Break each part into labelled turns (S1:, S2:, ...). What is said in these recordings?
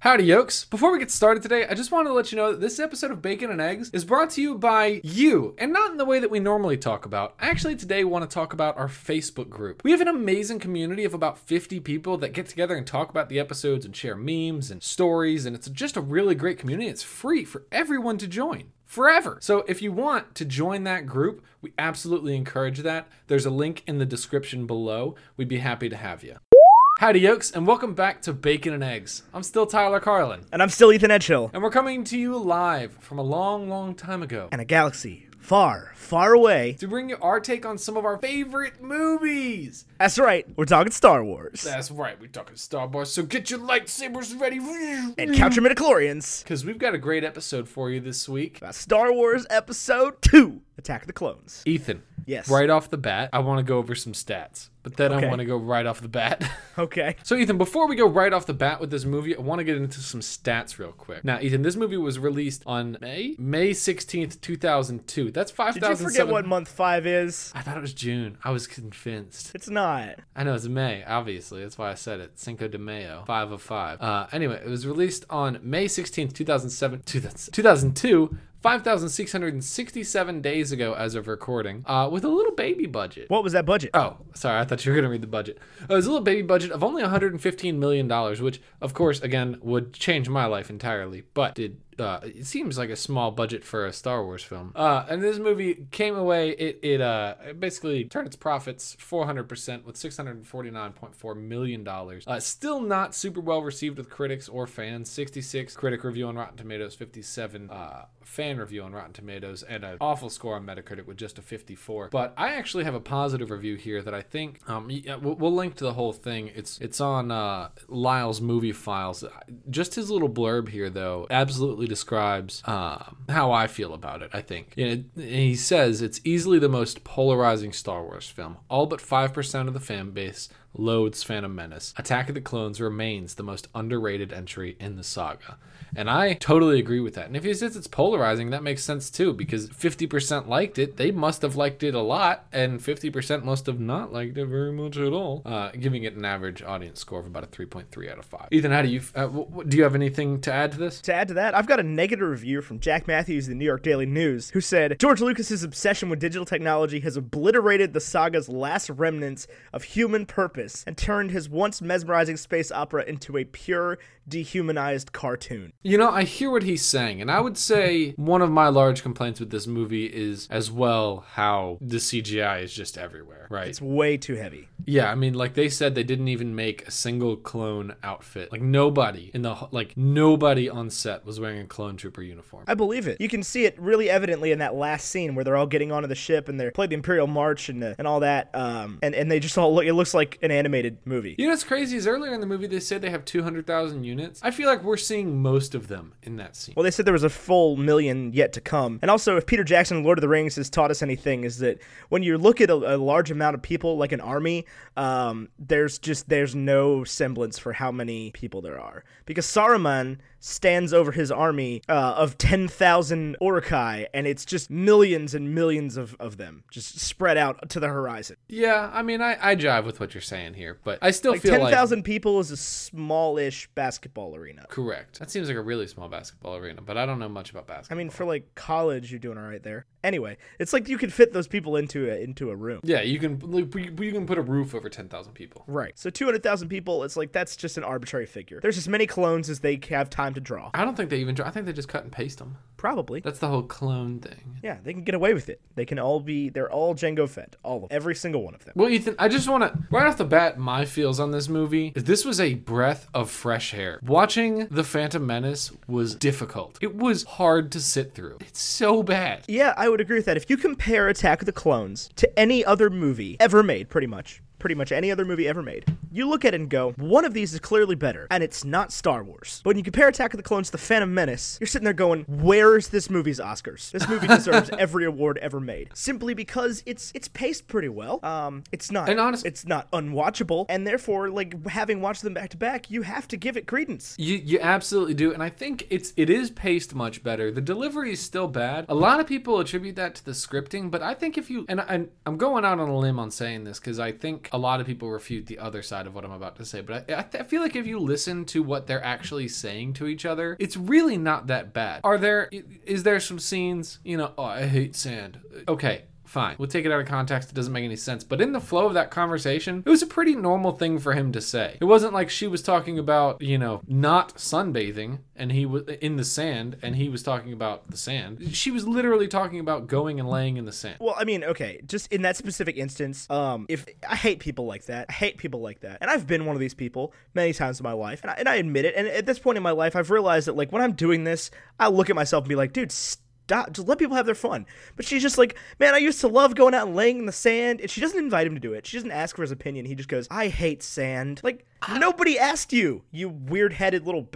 S1: Howdy, yokes. Before we get started today, I just wanted to let you know that this episode of Bacon and Eggs is brought to you by you, and not in the way that we normally talk about. I actually today want to talk about our Facebook group. We have an amazing community of about 50 people that get together and talk about the episodes and share memes and stories, and it's just a really great community. It's free for everyone to join forever. So if you want to join that group, we absolutely encourage that. There's a link in the description below. We'd be happy to have you. Howdy, yokes, and welcome back to Bacon and Eggs. I'm still Tyler Carlin,
S2: And I'm still Ethan Edgehill.
S1: and we're coming to you live from a long, long time ago
S2: And a galaxy far, far away.
S1: to bring you our take on some of our favorite movies.
S2: That's right, we're talking Star Wars.
S1: That's right, we're talking Star Wars, so get your lightsabers ready.
S2: And count your midichlorians.
S1: Because we've got a great episode for you this week.
S2: About Star Wars Episode 2, Attack of the Clones.
S1: Ethan,
S2: Yes.
S1: right off the bat, I want to go over some stats, but then I
S2: Okay.
S1: want to go right off the bat.
S2: Okay.
S1: So, Ethan, before we go right off the bat with this movie, I want to get into some stats real quick. Now, Ethan, this movie was released on May May sixteenth, two thousand two. That's five
S2: Did you
S1: thousand
S2: forget
S1: seven.
S2: what month 5 is?
S1: I thought it was June. I was convinced.
S2: It's not.
S1: I know it's May, obviously. That's why I said it. Cinco de Mayo, five of five. Uh, anyway, it was released on May sixteenth, two thousand seven, two thousand two. 5,667 days ago, as of recording, uh, with a little baby budget.
S2: What was that budget?
S1: Oh, sorry. I thought you were going to read the budget. It was a little baby budget of only $115 million, which, of course, again, would change my life entirely, but did. Uh, it seems like a small budget for a Star Wars film. Uh, and this movie came away, it, it uh, it basically turned its profits 400% with $649.4 million. Uh, still not super well received with critics or fans. 66 critic review on Rotten Tomatoes, 57 uh, fan review on Rotten Tomatoes, and an awful score on Metacritic with just a 54. But I actually have a positive review here that I think um, yeah, we'll, we'll link to the whole thing. It's it's on uh, Lyle's movie files. Just his little blurb here, though, absolutely describes um how I feel about it. I think you know, and he says it's easily the most polarizing Star Wars film. All but five percent of the fan base loads Phantom Menace. Attack of the Clones remains the most underrated entry in the saga. And I totally agree with that. And if he says it's polarizing, that makes sense too, because 50% liked it. They must have liked it a lot, and 50% must have not liked it very much at all, uh, giving it an average audience score of about a 3.3 out of 5. Ethan, how do you, uh, w- w- do you have anything to add to this?
S2: To add to that, I've got a negative review from Jack Matthews, of the New York Daily News, who said George Lucas's obsession with digital technology has obliterated the saga's last remnants of human purpose and turned his once mesmerizing space opera into a pure, dehumanized cartoon.
S1: You know, I hear what he's saying, and I would say one of my large complaints with this movie is as well how the CGI is just everywhere, right?
S2: It's way too heavy.
S1: Yeah, I mean, like they said, they didn't even make a single clone outfit. Like nobody in the h- like nobody on set was wearing a clone trooper uniform.
S2: I believe it. You can see it really evidently in that last scene where they're all getting onto the ship and they play the Imperial March and the, and all that. Um, and and they just all look. It looks like an animated movie.
S1: You know what's crazy is earlier in the movie they said they have two hundred thousand units. I feel like we're seeing most of them in that scene.
S2: Well, they said there was a full million yet to come. And also, if Peter Jackson, Lord of the Rings, has taught us anything, is that when you look at a, a large amount of people, like an army, um, there's just there's no semblance for how many people there are because Saruman stands over his army uh, of ten thousand Orokai, and it's just millions and millions of of them just spread out to the horizon.
S1: Yeah, I mean, I I jive with what you're saying here, but I still feel
S2: ten
S1: like
S2: thousand people is a smallish basketball arena.
S1: correct. That seems like a really small basketball arena, but I don't know much about
S2: I
S1: basketball.
S2: mean, for like college, you're doing all right there. Anyway, it's like you could fit those people into a, into a room.
S1: yeah, you can like, we- you can put a roof over ten thousand people.
S2: Right. So 200,000 people, it's like that's just an arbitrary figure. There's as many clones as they have time to draw.
S1: I don't think they even. dr- I think they just cut and paste them.
S2: Probably.
S1: That's the whole clone thing.
S2: Yeah, they can get away with it. They can all be, they're all Django fed. All of Every single one of them.
S1: Well, Ethan, I just want to right off the bat, my feels on this movie is this was a breath of fresh air. Watching The Phantom Menace was difficult. It was hard to sit through. It's so bad.
S2: Yeah, I would agree with that. If you compare Attack of the Clones to any other movie ever made, pretty much, pretty much any other movie ever made, you look at it and go, one of these is clearly better, and it's not Star Wars. But when you compare Attack of the Clones to The Phantom Menace, you're sitting there going, where is this movie's Oscars? This movie deserves every award ever made, simply because it's it's paced pretty well. Um, it's not,
S1: And honest-
S2: it's not unwatchable, and therefore, like having watched them back to back, you have to give it credence.
S1: You, you absolutely do, and I think it's it is paced much better. The delivery is still bad. A lot of people attribute that to the scripting, but I think if you and, and I'm going out on a limb on saying this because I think think a lot of people refute the other side of what I'm about to say, but I, I, th- I feel like if you listen to what they're actually saying to each other, it's really not that bad. Are there, i- is there some scenes, you know, oh, I hate sand. Okay. Fine. We'll take it out of context. It doesn't make any sense. But in the flow of that conversation, it was a pretty normal thing for him to say. It wasn't like she was talking about, you know, not sunbathing and he was in the sand and he was talking about the sand. She was literally talking about going and laying in the sand.
S2: Well, I mean, okay, just in that specific instance, um, if I hate people like that, I hate people like that, and I've been one of these people many times in my life, and I, and I admit it. And at this point in my life, I've realized that like when I'm doing this, I look at myself and be like, dude. Stop. Just let people have their fun. But she's just like, man, I used to love going out and laying in the sand. And she doesn't invite him to do it. She doesn't ask for his opinion. He just goes, I hate sand. Like, nobody asked you, you weird headed little b.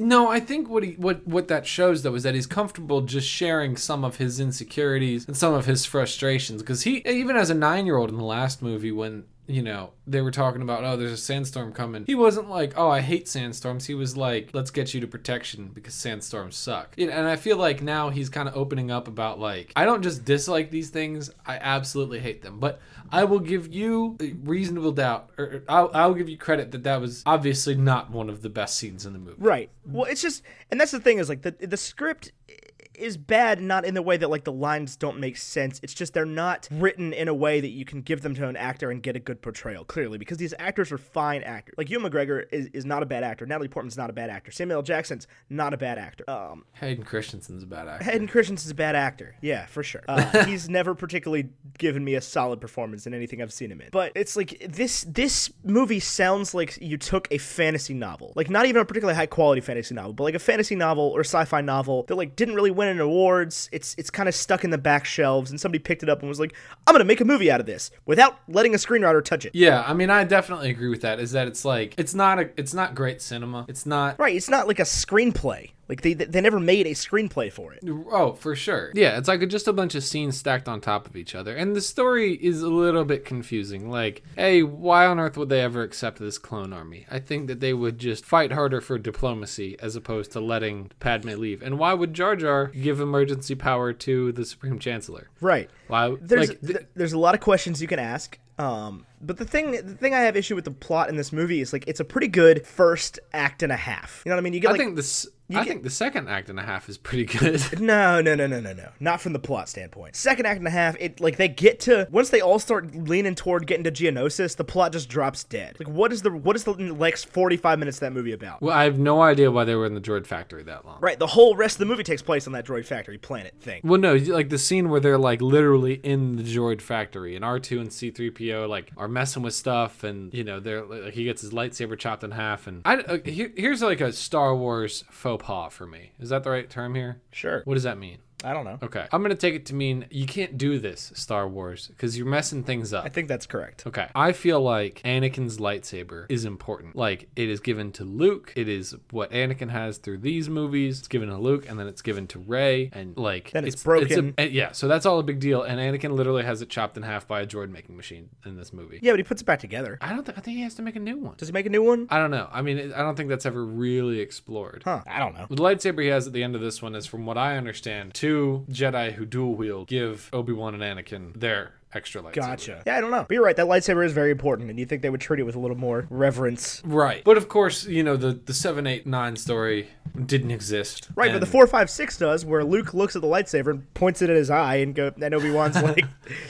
S1: No, I think what he what what that shows though is that he's comfortable just sharing some of his insecurities and some of his frustrations because he even as a 9-year-old in the last movie when you know they were talking about oh there's a sandstorm coming he wasn't like oh i hate sandstorms he was like let's get you to protection because sandstorms suck You know, and i feel like now he's kind of opening up about like i don't just dislike these things i absolutely hate them but i will give you a reasonable doubt or or I'll, I'll give you credit that that was obviously not one of the best scenes in the movie
S2: Right. Well, it's just, and that's the thing is like the the script i- is bad, not in the way that like the lines don't make sense. It's just they're not written in a way that you can give them to an actor and get a good portrayal. Clearly, because these actors are fine actors. Like Hugh McGregor is, is not a bad actor. Natalie Portman's not a bad actor. Samuel L. Jackson's not a bad actor. Um,
S1: Hayden Christensen's a bad actor.
S2: Hayden Christensen's a bad actor. Yeah, for sure. Uh, he's never particularly given me a solid performance in anything I've seen him in. But it's like this this movie sounds like you took a fantasy novel, like not even a particularly high quality fantasy novel, but like a fantasy novel or sci-fi novel that like didn't really win any awards. It's it's kind of stuck in the back shelves, and somebody picked it up and was like, "I'm gonna make a movie out of this" without letting a screenwriter touch it.
S1: Yeah, I mean, I definitely agree with that. Is that it's like it's not a it's not great cinema. It's not
S2: Right? It's not like a screenplay. Like they they never made a screenplay for it.
S1: oh for sure. Yeah, it's like just a bunch of scenes stacked on top of each other, and the story is a little bit confusing. Like, hey, why on earth would they ever accept this clone army? I think that they would just fight harder for diplomacy as opposed to letting Padme leave. And why would Jar Jar give emergency power to the Supreme Chancellor?
S2: Right.
S1: Why?
S2: there's
S1: like,
S2: th- there's a lot of questions you can ask. Um, but the thing the thing I have issue with the plot in this movie is like it's a pretty good first act and a half. You know what I mean? You get
S1: I
S2: like
S1: think this. I think the second act and a half is pretty good.
S2: no, no, no, no, no, no. Not from the plot standpoint. Second act and a half, it like they get to once they all start leaning toward getting to Geonosis, the plot just drops dead. Like what is the what is the next 45 minutes of that movie about?
S1: Well, I have no idea why they were in the droid factory that long.
S2: Right, the whole rest of the movie takes place on that droid factory planet thing.
S1: Well, no, like the scene where they're like literally in the droid factory, and R two and C three PO like are messing with stuff, and you know they're like he gets his lightsaber chopped in half, and I uh, here, here's like a Star Wars faux pas for me. Is that the right term here?
S2: Sure.
S1: What does that mean?
S2: I don't know.
S1: Okay, I'm gonna take it to mean you can't do this, Star Wars, because you're messing things up.
S2: I think that's correct.
S1: Okay. I feel like Anakin's lightsaber is important. Like it is given to Luke. It is what Anakin has through these movies. It's given to Luke, and then it's given to Rey, and like
S2: Then it's
S1: a-
S2: broken.
S1: and- yeah. So that's all a big deal. And Anakin literally has it chopped in half by a droid making machine in this movie.
S2: Yeah, but he puts it back together.
S1: I don't. think I think he has to make a new one.
S2: Does he make a new one?
S1: I don't know. I mean, it- I don't think that's ever really explored.
S2: Huh. I don't know.
S1: The lightsaber he has at the end of this one is, from what I understand, two Jedi who dual wield give Obi Wan and Anakin their extra lightsaber.
S2: Gotcha. Yeah, I don't know. But you're right. That lightsaber is very important, and you think they would treat it with a little more reverence.
S1: Right. But of course, you know, the, the 789 story didn't exist.
S2: Right, but the
S1: And-
S2: four five six does, where Luke looks at the lightsaber and points it at his eye, and go, and Obi Wan's like,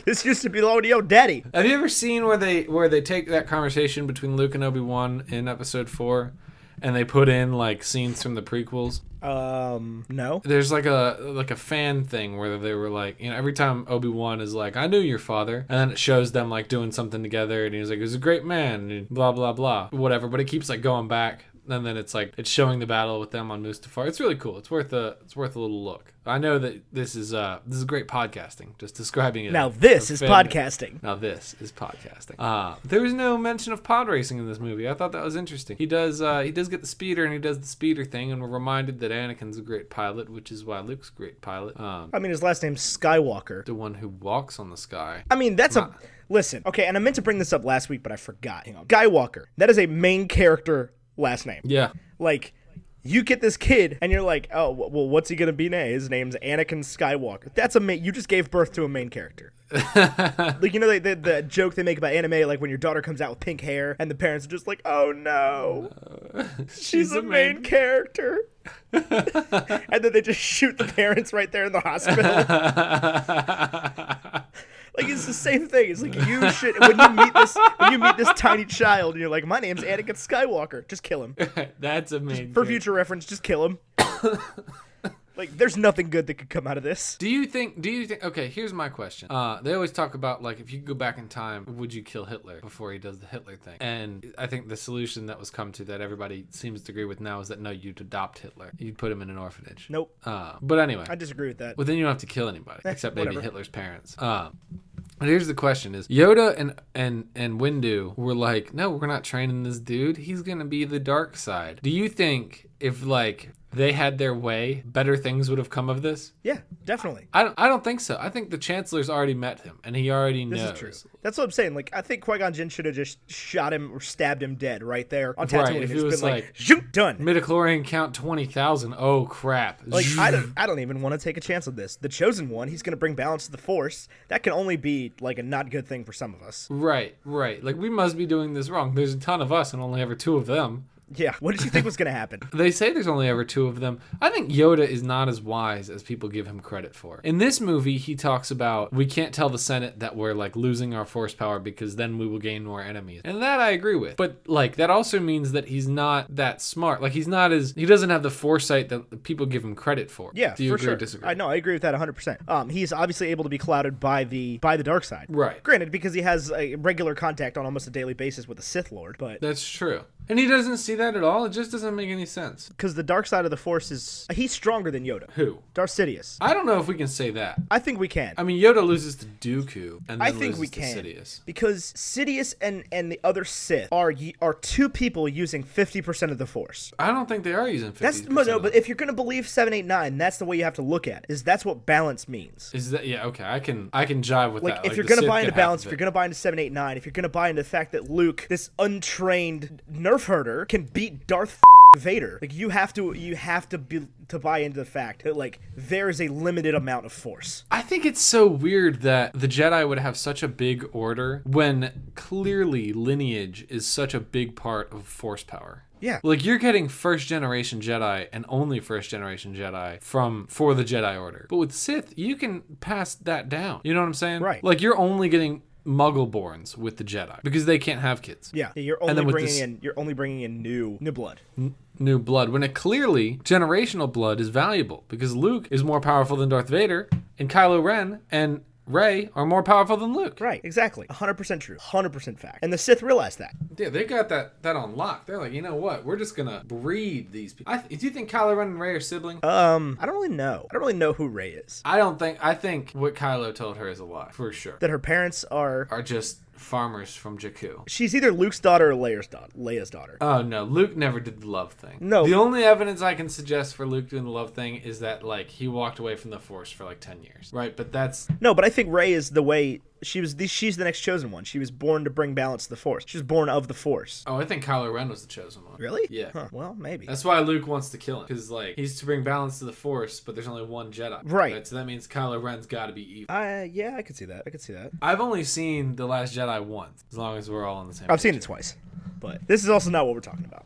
S2: "This used to belong to your daddy."
S1: Have you ever seen where they where they take that conversation between Luke and Obi-Wan in episode 4 and they put in like scenes from the prequels?
S2: Um, no.
S1: There's like a like a fan thing where they were like, you know, every time Obi-Wan is like, "I knew your father." And then it shows them like doing something together and he's like, "He was a great man." And blah blah blah. Whatever, but it keeps like going back. And then it's like it's showing the battle with them on Mustafar. It's really cool. It's worth a it's worth a little look. I know that this is uh this is great podcasting. Just describing it.
S2: Now this
S1: A
S2: is
S1: fan-
S2: podcasting.
S1: now this is podcasting. Uh, there was no mention of pod racing in this movie. I thought that was interesting. He does uh, he does get the speeder and he does the speeder thing, and we're reminded that Anakin's a great pilot, which is why Luke's a great pilot. Um,
S2: I mean, his last name's Skywalker.
S1: the one who walks on the sky.
S2: I mean, that's a listen. Okay, and I meant to bring this up last week, but I forgot. Hang on, Skywalker. That is a main character last name.
S1: Yeah.
S2: Like, you get this kid, and you're like, oh, wh- well, what's he gonna be now? His name's Anakin Skywalker. That's a main. You just gave birth to a main character. like you know they, the the joke they make about anime, like when your daughter comes out with pink hair, and the parents are just like, oh no, she's, a main, character. and then they just shoot the parents right there in the hospital. Like it's the same thing. It's like you should when you meet this when you meet this tiny child and you're like, My name's Anakin Skywalker, just kill him.
S1: That's a main.
S2: For
S1: character.
S2: future reference, just kill him. like there's nothing good that could come out of this.
S1: Do you think? Do you think? Okay, here's my question. Uh, they always talk about like if you could go back in time, would you kill Hitler before he does the Hitler thing? And I think the solution that was come to that everybody seems to agree with now is that no, you'd adopt Hitler. You'd put him in an orphanage.
S2: Nope.
S1: Uh, but anyway,
S2: I disagree with that.
S1: well, then you don't have to kill anybody except maybe
S2: whatever.
S1: Hitler's parents. Um, but here's the question: Is Yoda and and and Windu were like, no, we're not training this dude. He's gonna be the dark side. Do you think if like they had their way, better things would have come of this?
S2: Yeah, definitely.
S1: I don't, I don't think so. I think the chancellor's already met him and he already
S2: This
S1: knows.
S2: is true. That's what I'm saying. Like I think Qui Gon Jinn should have just shot him or stabbed him dead right there on Tatooine.
S1: Right, if
S2: It's
S1: it was
S2: been like,
S1: like-
S2: "Zoom, done.
S1: Midichlorian count 20,000. Oh, crap.
S2: Like I don't, I don't even want to take a chance on this. The chosen one, he's going to bring balance to the force. That can only be like a not good thing for some of us.
S1: Right, right. Like, we must be doing this wrong. There's a ton of us and only ever two of them.
S2: Yeah. What did you think was going to happen?
S1: They say there's only ever two of them. I think Yoda is not as wise as people give him credit for. In this movie, he talks about we can't tell the Senate that we're like losing our force power because then we will gain more enemies. And that I agree with. But like that also means that he's not that smart. Like he's not as he doesn't have the foresight that the people give him credit for.
S2: Yeah,
S1: Do you
S2: for
S1: agree
S2: sure.
S1: or disagree?
S2: I know, I agree with that 100%. Um, he's obviously able to be clouded by the by the dark side.
S1: Right.
S2: Granted, because he has a regular contact on almost a daily basis with the Sith Lord, but
S1: That's true. And he doesn't see that at all. It just doesn't make any sense.
S2: because the dark side of the Force is he's stronger than Yoda,
S1: Who?
S2: Darth Sidious.
S1: I don't know if we can say that.
S2: I think we can.
S1: I mean, Yoda loses to Dooku, and then
S2: I think
S1: loses
S2: we
S1: to
S2: can
S1: Sidious.
S2: because Sidious and and the other Sith are y- are two people using 50% of the Force.
S1: I don't think they are using. 50
S2: That's but no, but if you're gonna believe seven eight nine, that's the way you have to look at. It, is that's what balance means.
S1: is that yeah? Okay, I can I can jive with
S2: Like,
S1: that.
S2: if you're
S1: the
S2: gonna
S1: Sith
S2: buy into
S1: get half
S2: balance,
S1: of
S2: if you're
S1: it.
S2: gonna buy into seven eight nine, if you're gonna buy into the fact that Luke, this untrained nerf herder, can beat Darth Vader, like you have to you have to be to buy into the fact that like there is a limited amount of force.
S1: I think it's so weird that the Jedi would have such a big order when clearly lineage is such a big part of Force power.
S2: Yeah.
S1: Like you're getting first generation Jedi and only first generation Jedi from for the Jedi Order. But with Sith, you can pass that down. You know what I'm saying?
S2: Right.
S1: Like you're only getting Muggleborns with the Jedi because they can't have kids.
S2: Yeah, you're
S1: And
S2: only
S1: then with
S2: bringing
S1: this-
S2: in you're only bringing in new new blood.
S1: New blood when it clearly generational blood is valuable because Luke is more powerful than Darth Vader and Kylo Ren and Rey are more powerful than Luke.
S2: Right, exactly. 100% true. 100% fact. And the Sith realized that.
S1: Yeah, they got that that on lock. They're like, you know what? We're just gonna breed these people. I th- do you think Kylo Ren and Ray are siblings?
S2: Um, I don't really know. I don't really know who Rey is.
S1: I don't think. I think what Kylo told her is a lie for sure.
S2: That her parents are
S1: Are just farmers from Jakku.
S2: she's either Luke's daughter or Leia's daughter. Leia's daughter.
S1: Oh no, Luke never did the love thing.
S2: No.
S1: The only evidence I can suggest for Luke doing the love thing is that like he walked away from the Force for like ten years, right? But that's
S2: No, but I think Rey is the way she was. The, she's the next chosen one. She was born to bring balance to the Force. She was born of the Force.
S1: oh, I think Kylo Ren was the chosen one.
S2: Really?
S1: Yeah.
S2: Huh, well, maybe.
S1: That's why Luke wants to kill him because like he's to bring balance to the Force, but there's only one Jedi.
S2: Right.
S1: So that means Kylo Ren's got to be evil.
S2: Uh, yeah, I could see that. I could see that.
S1: I've only seen The Last Jedi once, as long as we're all on the same.
S2: I've seen it twice, but this is also not what we're talking about.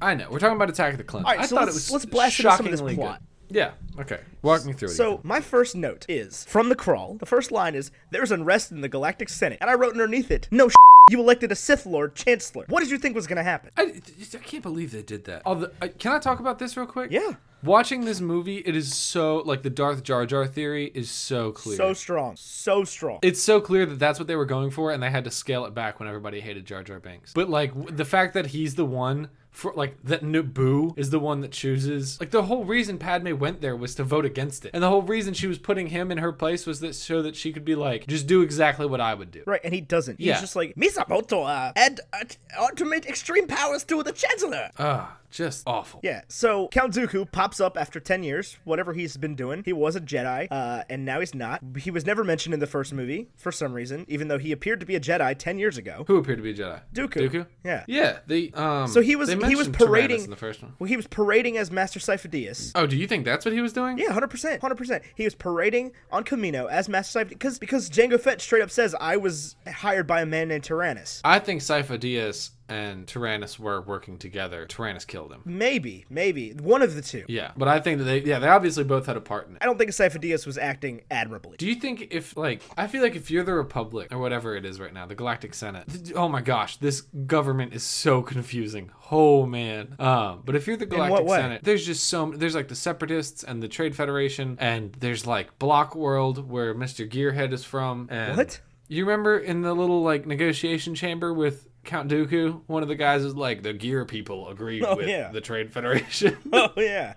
S1: I know. We're talking about Attack of the Clones.
S2: All right,
S1: I
S2: so
S1: thought
S2: let's-
S1: it was
S2: let's blast into some of
S1: shockingly
S2: this plot.
S1: Good. Yeah. Okay. Walk me through it.
S2: So my first note is from the crawl. The first line is there's unrest in the Galactic Senate, and I wrote underneath it, "No, sh- you elected a Sith Lord Chancellor. What did you think was gonna happen?"
S1: I, I can't believe they did that. Although, I- can I talk about this real quick?
S2: Yeah.
S1: Watching this movie, it is so like the Darth Jar Jar theory is so clear.
S2: So strong, so strong.
S1: it's so clear that that's what they were going for, and they had to scale it back when everybody hated Jar Jar Binks. But like w- the fact that he's the one for like that Naboo is the one that chooses. Like the whole reason Padme went there was to vote against it, and the whole reason she was putting him in her place was that so that she could be like, just do exactly what I would do.
S2: Right, and he doesn't. He's
S1: Yeah.
S2: just like Misamoto uh, and uh, ultimate extreme powers to the Chancellor.
S1: Ah, just awful.
S2: Yeah, so Count Dooku pops up after 10 years, whatever he's been doing. He was a Jedi, uh, and now he's not. He was never mentioned in the first movie for some reason, even though he appeared to be a Jedi 10 years ago.
S1: Who appeared to be a Jedi?
S2: Dooku.
S1: Dooku.
S2: Yeah.
S1: Yeah. They. Um,
S2: So he was-
S1: they
S2: he was
S1: mentioned Tyrannus
S2: parading-
S1: in the first one.
S2: Well, he was parading as Master Sifo-Dyas.
S1: Oh, do you think that's what he was doing?
S2: Yeah, hundred percent, hundred percent. He was parading on Camino as Master Sifo because because Django Fett straight up says I was hired by a man named Tyrannus.
S1: I think Sypha Diaz and Tyrannus were working together. Tyrannus killed him.
S2: Maybe, maybe one of the two.
S1: Yeah, but I think that they yeah they obviously both had a part in it.
S2: I don't think Sifo-Dyas was acting admirably.
S1: Do you think if like I feel like if you're the Republic or whatever it is right now, the Galactic Senate. th- Oh my gosh, this government is so confusing. Oh man. Um, but if you're the
S2: what
S1: Galactic
S2: way?
S1: Senate, there's just so m- there's like the Separatists and the Trade Federation, and there's like Block World where Mr. Gearhead is from. And
S2: What?
S1: You remember in the little like negotiation chamber with Count Dooku, one of the guys is like the Gear people agree with
S2: Oh, yeah.
S1: the Trade Federation.
S2: Oh yeah.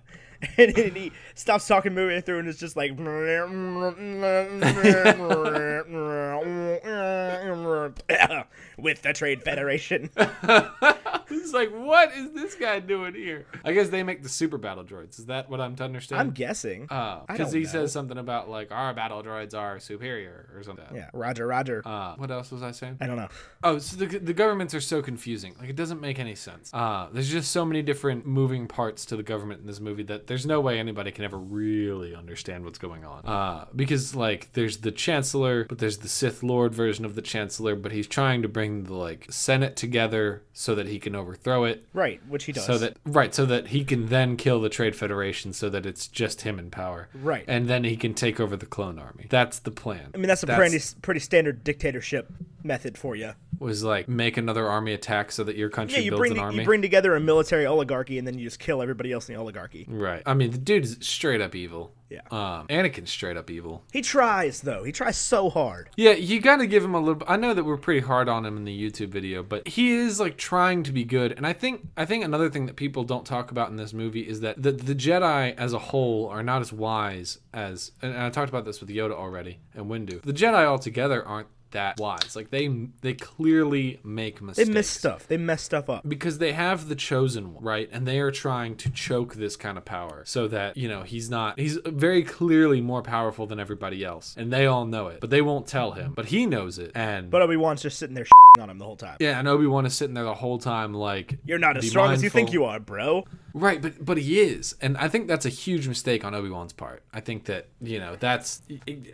S2: And then he stops talking moving through and it's just like with the Trade Federation.
S1: It's like, what is this guy doing here? I guess they make the super battle droids. Is that what I'm to
S2: I'm
S1: understand?
S2: guessing.
S1: Uh,
S2: I
S1: Because
S2: don't
S1: he
S2: know.
S1: says something about like our battle droids are superior or something.
S2: yeah, Roger, Roger.
S1: Uh, what else was I saying?
S2: I don't know.
S1: Oh, so the, the governments are so confusing. Like, it doesn't make any sense. Uh, there's just so many different moving parts to the government in this movie that there's no way anybody can ever really understand what's going on. Uh, because, like, there's the Chancellor, but there's the Sith Lord version of the Chancellor, but he's trying to bring the, like, Senate together so that he can overthrow it.
S2: Right, which he does.
S1: So that right, so that he can then kill the Trade Federation, so that it's just him in power.
S2: Right.
S1: and then he can take over the clone army. That's the plan.
S2: I mean that's a pretty pretty standard dictatorship method for you.
S1: was like make another army attack so that your country
S2: Yeah, you
S1: builds
S2: bring
S1: an army.
S2: you bring together a military oligarchy and then you just kill everybody else in the oligarchy.
S1: right. I mean, the dude's straight up evil.
S2: Yeah.
S1: Um, Anakin's straight up evil.
S2: He tries though. He tries so hard.
S1: Yeah, you got to give him a little. I know that we're pretty hard on him in the YouTube video, but he is like trying to be good. And I think I think another thing that people don't talk about in this movie is that the the Jedi as a whole are not as wise as. And, and I talked about this with Yoda already and Windu. The Jedi altogether aren't that wise. Like they they clearly make
S2: They
S1: mistakes
S2: miss stuff. They mess stuff up.
S1: because they have the chosen one right and they are trying to choke this kind of power so that you know he's not he's very clearly more powerful than everybody else and they all know it but they won't tell him but he knows it and
S2: But Obi-Wan's just sitting there shitting on him the whole time.
S1: yeah and obi-wan is sitting there the whole time like
S2: You're not as
S1: "Be
S2: strong as you
S1: mindful."
S2: think you are, bro.
S1: right but but he is and i think that's a huge mistake on obi-wan's part i think that you know that's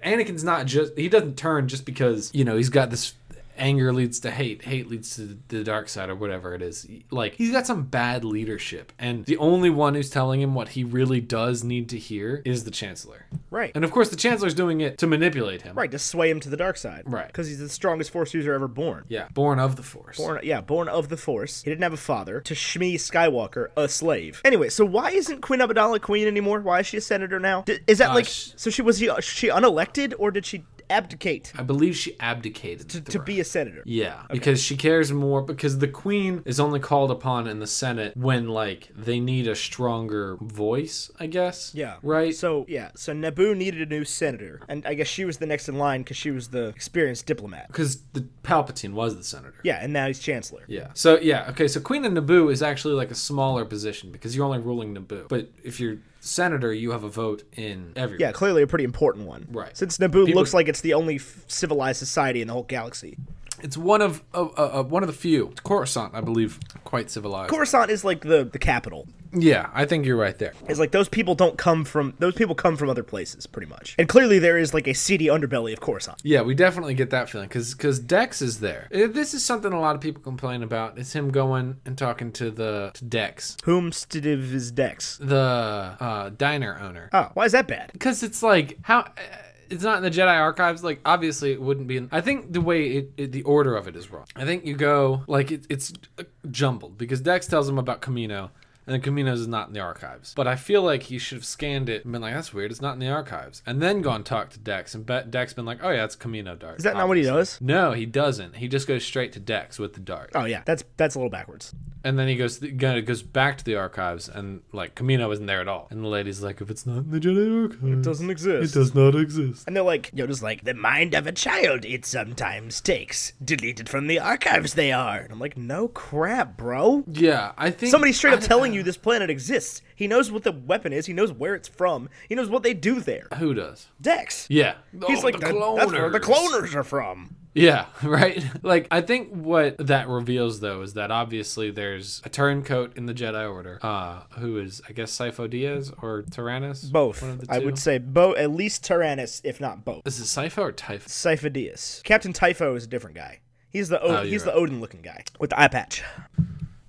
S1: anakin's not just he doesn't turn just because you know he's got this anger leads to hate hate leads to the dark side or whatever it is like he's got some bad leadership and the only one who's telling him what he really does need to hear is the chancellor
S2: Right.
S1: and of course the chancellor's doing it to manipulate him
S2: right, to sway him to the dark side.
S1: Right.
S2: Because he's the strongest force user ever born.
S1: yeah born of the force
S2: Born, yeah, born of the Force. He didn't have a father. To Shmi Skywalker, a slave. Anyway, so why isn't Queen Amidala queen anymore? Why is she a senator now? D- is that like
S1: Uh, sh-
S2: so? She was she, uh, she unelected or did she abdicate
S1: i believe she abdicated
S2: to, to be a senator?
S1: Yeah, because she cares more because the queen is only called upon in the Senate when like they need a stronger voice, I guess.
S2: Yeah.
S1: Right?
S2: So yeah, so Naboo needed a new senator, and I guess she was the next in line because she was the experienced diplomat.
S1: cuz the Palpatine was the senator.
S2: Yeah, and now he's chancellor.
S1: Yeah. So yeah, okay, so Queen of Naboo is actually like a smaller position because you're only ruling Naboo. But if you're senator, you have a vote in every
S2: Yeah, clearly a pretty important one.
S1: Right.
S2: Since Naboo looks like it's the only f- civilized society in the whole galaxy.
S1: It's one of uh, uh, uh, one of the few. Coruscant, I believe, quite civilized.
S2: Coruscant is like the the capital.
S1: yeah, I think you're right there.
S2: It's like those people don't come from those people come from other places, pretty much. And clearly there is like a seedy underbelly of Coruscant.
S1: Yeah, we definitely get that feeling because Dex is there. Eh, This is something a lot of people complain about. It's him going and talking to the to Dex,
S2: Whom stiv is Dex?
S1: the uh, diner owner,
S2: Oh, why is that bad?
S1: because it's like how. eh, It's not in the Jedi archives. Like, obviously, it wouldn't be. In, I think the way it, it, the order of it is wrong. I think you go like it, it's uh, jumbled because Dex tells him about Camino, and then Camino's is not in the archives. But I feel like he should have scanned it and been like, "That's weird. It's not in the archives," and then gone talk to Dex, and bet Dex been like, "Oh yeah, it's Camino Dark."
S2: Is that not what he does?
S1: No, he doesn't. He just goes straight to Dex with the dart,
S2: Oh yeah, that's that's a little backwards.
S1: and then he goes kinda goes back to the archives, and like Camino isn't there at all. And the lady's like, "If it's not in the Jedi archives,
S2: Doesn't exist.
S1: it does not exist."
S2: And they're like, Yoda's like, the mind of a child it sometimes takes. Deleted from the archives they are. And I'm like, no crap, bro.
S1: Yeah, I think
S2: Somebody's straight up telling you this planet exists. He knows what the weapon is. He knows where it's from. He knows what they do there.
S1: Who does?
S2: Dex.
S1: Yeah.
S2: He's
S1: Oh,
S2: like the cloners. That's where the cloners are from.
S1: Yeah, right? Like, I think what that reveals, though, is that obviously there's a turncoat in the Jedi Order, uh, who is, I guess, Sifo Dyas or Tyrannus?
S2: Both.
S1: One of the
S2: I
S1: two.
S2: would say both. At least Tyrannus, if not both.
S1: Is it Sifo or Typhus?
S2: Syphidius. Captain Typho is a different guy. He's the o-
S1: you're
S2: he's
S1: right.
S2: the Odin looking guy with the eye patch.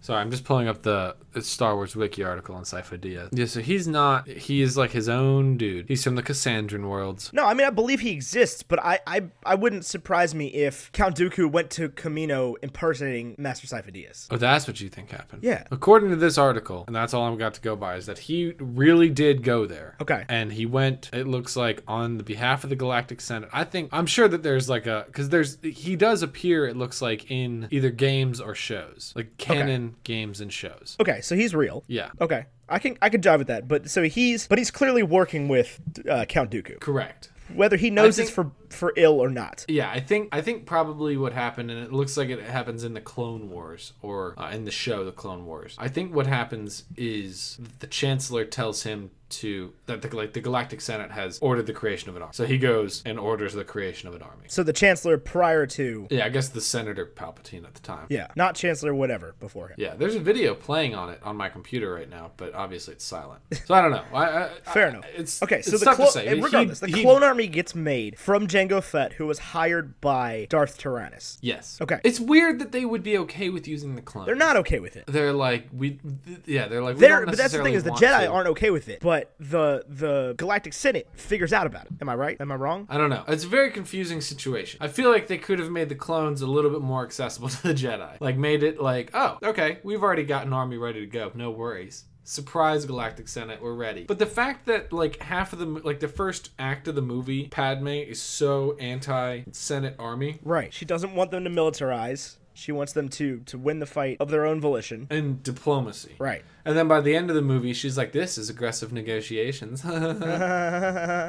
S1: Sorry, I'm just pulling up the Star Wars Wiki article on Sifo Dyas. Yeah, so he's not, he is like his own dude. He's from the Cassandran worlds.
S2: No, I mean I believe he exists, but I I, I wouldn't surprise me if Count Dooku went to Camino impersonating Master Syphidius.
S1: Oh, that's what you think happened.
S2: Yeah.
S1: According to this article, and that's all I've got to go by, is that he really did go there.
S2: Okay.
S1: And he went, it looks like, on the behalf of the Galactic Senate. I think, I'm sure that there's like a, because there's, he does appear, it looks like, in either games or shows, like canon games and shows.
S2: Okay, so he's real.
S1: Yeah.
S2: Okay, I can I can jive with that, but so he's but he's clearly working with uh, Count Dooku,
S1: Correct.
S2: whether he knows
S1: think-
S2: it's for for ill or not.
S1: Yeah, I think I think probably what happened, and it looks like it happens in the Clone Wars or uh, in the show, the Clone Wars. I think what happens is the Chancellor tells him to that the like the Galactic Senate has ordered the creation of an army, so he goes and orders the creation of an army.
S2: So the Chancellor prior to
S1: Yeah, I guess the Senator Palpatine at the time.
S2: yeah, not Chancellor whatever before him.
S1: Yeah, there's a video playing on it on my computer right now, but obviously it's silent. So I don't know. I, I,
S2: Fair
S1: I-
S2: enough.
S1: It's
S2: Okay, so
S1: it's
S2: the
S1: tough
S2: clone,
S1: to say. He-
S2: regardless, the
S1: he-
S2: clone army gets made from Jango Fett, who was hired by Darth Tyrannus.
S1: Yes.
S2: Okay.
S1: It's weird that they would be okay with using the clone.
S2: They're not okay with it.
S1: they're like we th- yeah they're like we
S2: They're,
S1: don't
S2: but that's the
S1: necessarily
S2: thing is the
S1: want
S2: Jedi
S1: to.
S2: aren't okay with it, but the the Galactic Senate figures out about it. Am I right? Am I wrong?
S1: I don't know. It's a very confusing situation. I feel like they could have made the clones a little bit more accessible to the Jedi. Like made it like, oh, okay, we've already got an army ready to go. No worries. Surprise Galactic Senate, we're ready. But the fact that like half of the mo- like the first act of the movie, Padme is so anti Senate army
S2: Right. She doesn't want them to militarize. She wants them to to win the fight of their own volition.
S1: and diplomacy.
S2: Right.
S1: And then by the end of the movie, she's like, "This is aggressive negotiations."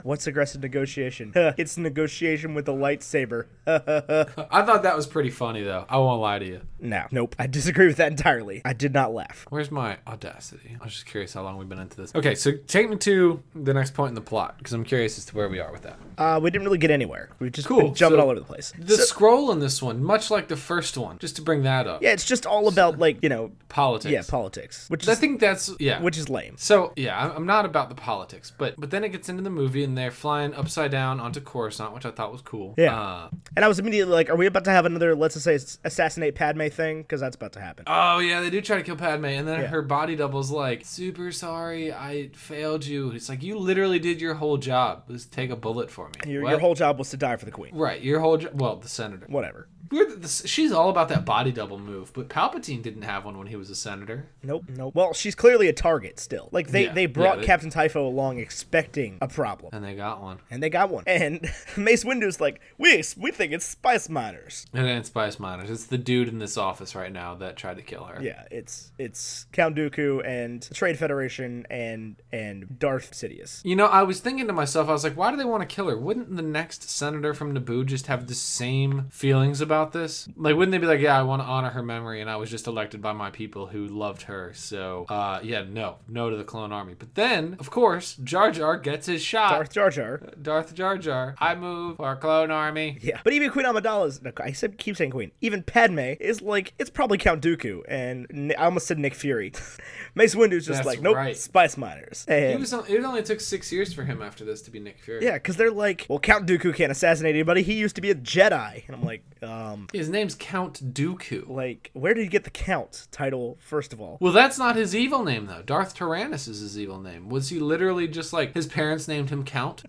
S2: What's aggressive negotiation? it's negotiation with a lightsaber.
S1: I thought that was pretty funny, though. I won't lie to you.
S2: no. Nope. I disagree with that entirely. I did not laugh.
S1: Where's my audacity? I was just curious how long we've been into this. Okay, so take me to the next point in the plot because I'm curious as to where we are with that.
S2: Uh, we didn't really get anywhere. We've just
S1: Cool,
S2: been jumping
S1: so-
S2: all over the place.
S1: The scroll in this one, much like the first one, just to bring that up,
S2: Yeah, it's just all about like you know,
S1: politics.
S2: yeah, politics, which
S1: I
S2: is
S1: think that's yeah.
S2: which is lame.
S1: so yeah, I'm- I'm not about the politics, but but then it gets into the movie and they're flying upside down onto Coruscant, which I thought was cool.
S2: Yeah.
S1: Uh,
S2: And I was immediately like, are we about to have another let's just say ass- assassinate Padme thing? Because that's about to happen.
S1: oh yeah, they do try to kill Padme, and then
S2: Yeah.
S1: her body double's like, "Super sorry, I failed you." It's like you literally did your whole job. Just take a bullet for me.
S2: Your,
S1: What?
S2: your whole job was to die for the queen.
S1: Right, your whole jo- well, the senator.
S2: Whatever.
S1: Weird that this, she's all about that body double move, but Palpatine didn't have one when he was a senator.
S2: Nope. Nope. Well, she's clearly a target still. Like they
S1: Yeah,
S2: they brought
S1: yeah, they-
S2: Captain Typho along expecting a problem.
S1: And they got one.
S2: And they got one. And Mace Windu's like, we ex- we think it's spice miners.
S1: And then it's Spice Miners. It's the dude in this office right now that tried to kill her.
S2: Yeah, it's it's Count Dooku and the Trade Federation and and Darth Sidious.
S1: You know, I was thinking to myself, I was like, why do they want to kill her? Wouldn't the next senator from Naboo just have the same feelings about this? Like, wouldn't they be like, yeah, I want to honor her memory, and I was just elected by my people who loved her, so, uh, yeah, no, no to the clone army. But then, of course, Jar Jar gets his shot.
S2: Darth Jar Jar.
S1: Darth Jar Jar. I move for a clone army.
S2: Yeah, but even Queen Amidala's. No, I said, keep saying Queen. Even Padme is like it's probably Count Dooku, and Ni- I almost said Nick Fury. Mace Windu's just
S1: That's
S2: like nope,
S1: right.
S2: Spice Miners.
S1: He
S2: And
S1: was. on- It only took six years for him after this to be Nick Fury.
S2: yeah, because they're like, well, Count Dooku can't assassinate anybody. He used to be a Jedi, and I'm like, um,
S1: His name's Count Dooku.
S2: like where did you get the Count title first of all?
S1: Well, that's not his evil name though. Darth Tyrannus is his evil name. Was he literally just like his parents named him Count?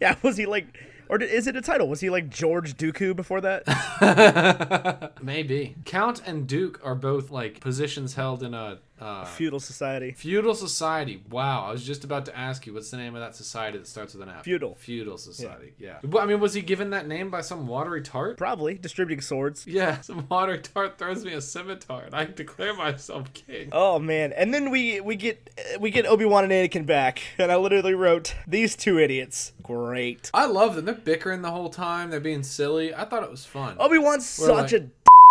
S2: Yeah, was he like, or did, is it a title? Was he like George Dooku before that?
S1: Maybe. Count and Duke are both like positions held in a uh,
S2: Feudal society.
S1: feudal society. Wow, I was just about to ask you what's the name of that society that starts with an F.
S2: Feudal.
S1: Feudal society. Yeah. Well, I mean, was he given that name by some watery tart?
S2: Probably distributing swords.
S1: Yeah, some water tart throws me a scimitar, and I declare myself king.
S2: Oh man! And then we we get uh, we get Obi Wan and Anakin back, and I literally wrote these two idiots. Great. Oh.
S1: I love them. They're bickering the whole time. They're being silly. I thought it was fun.
S2: Obi Wan's such
S1: like-
S2: a d-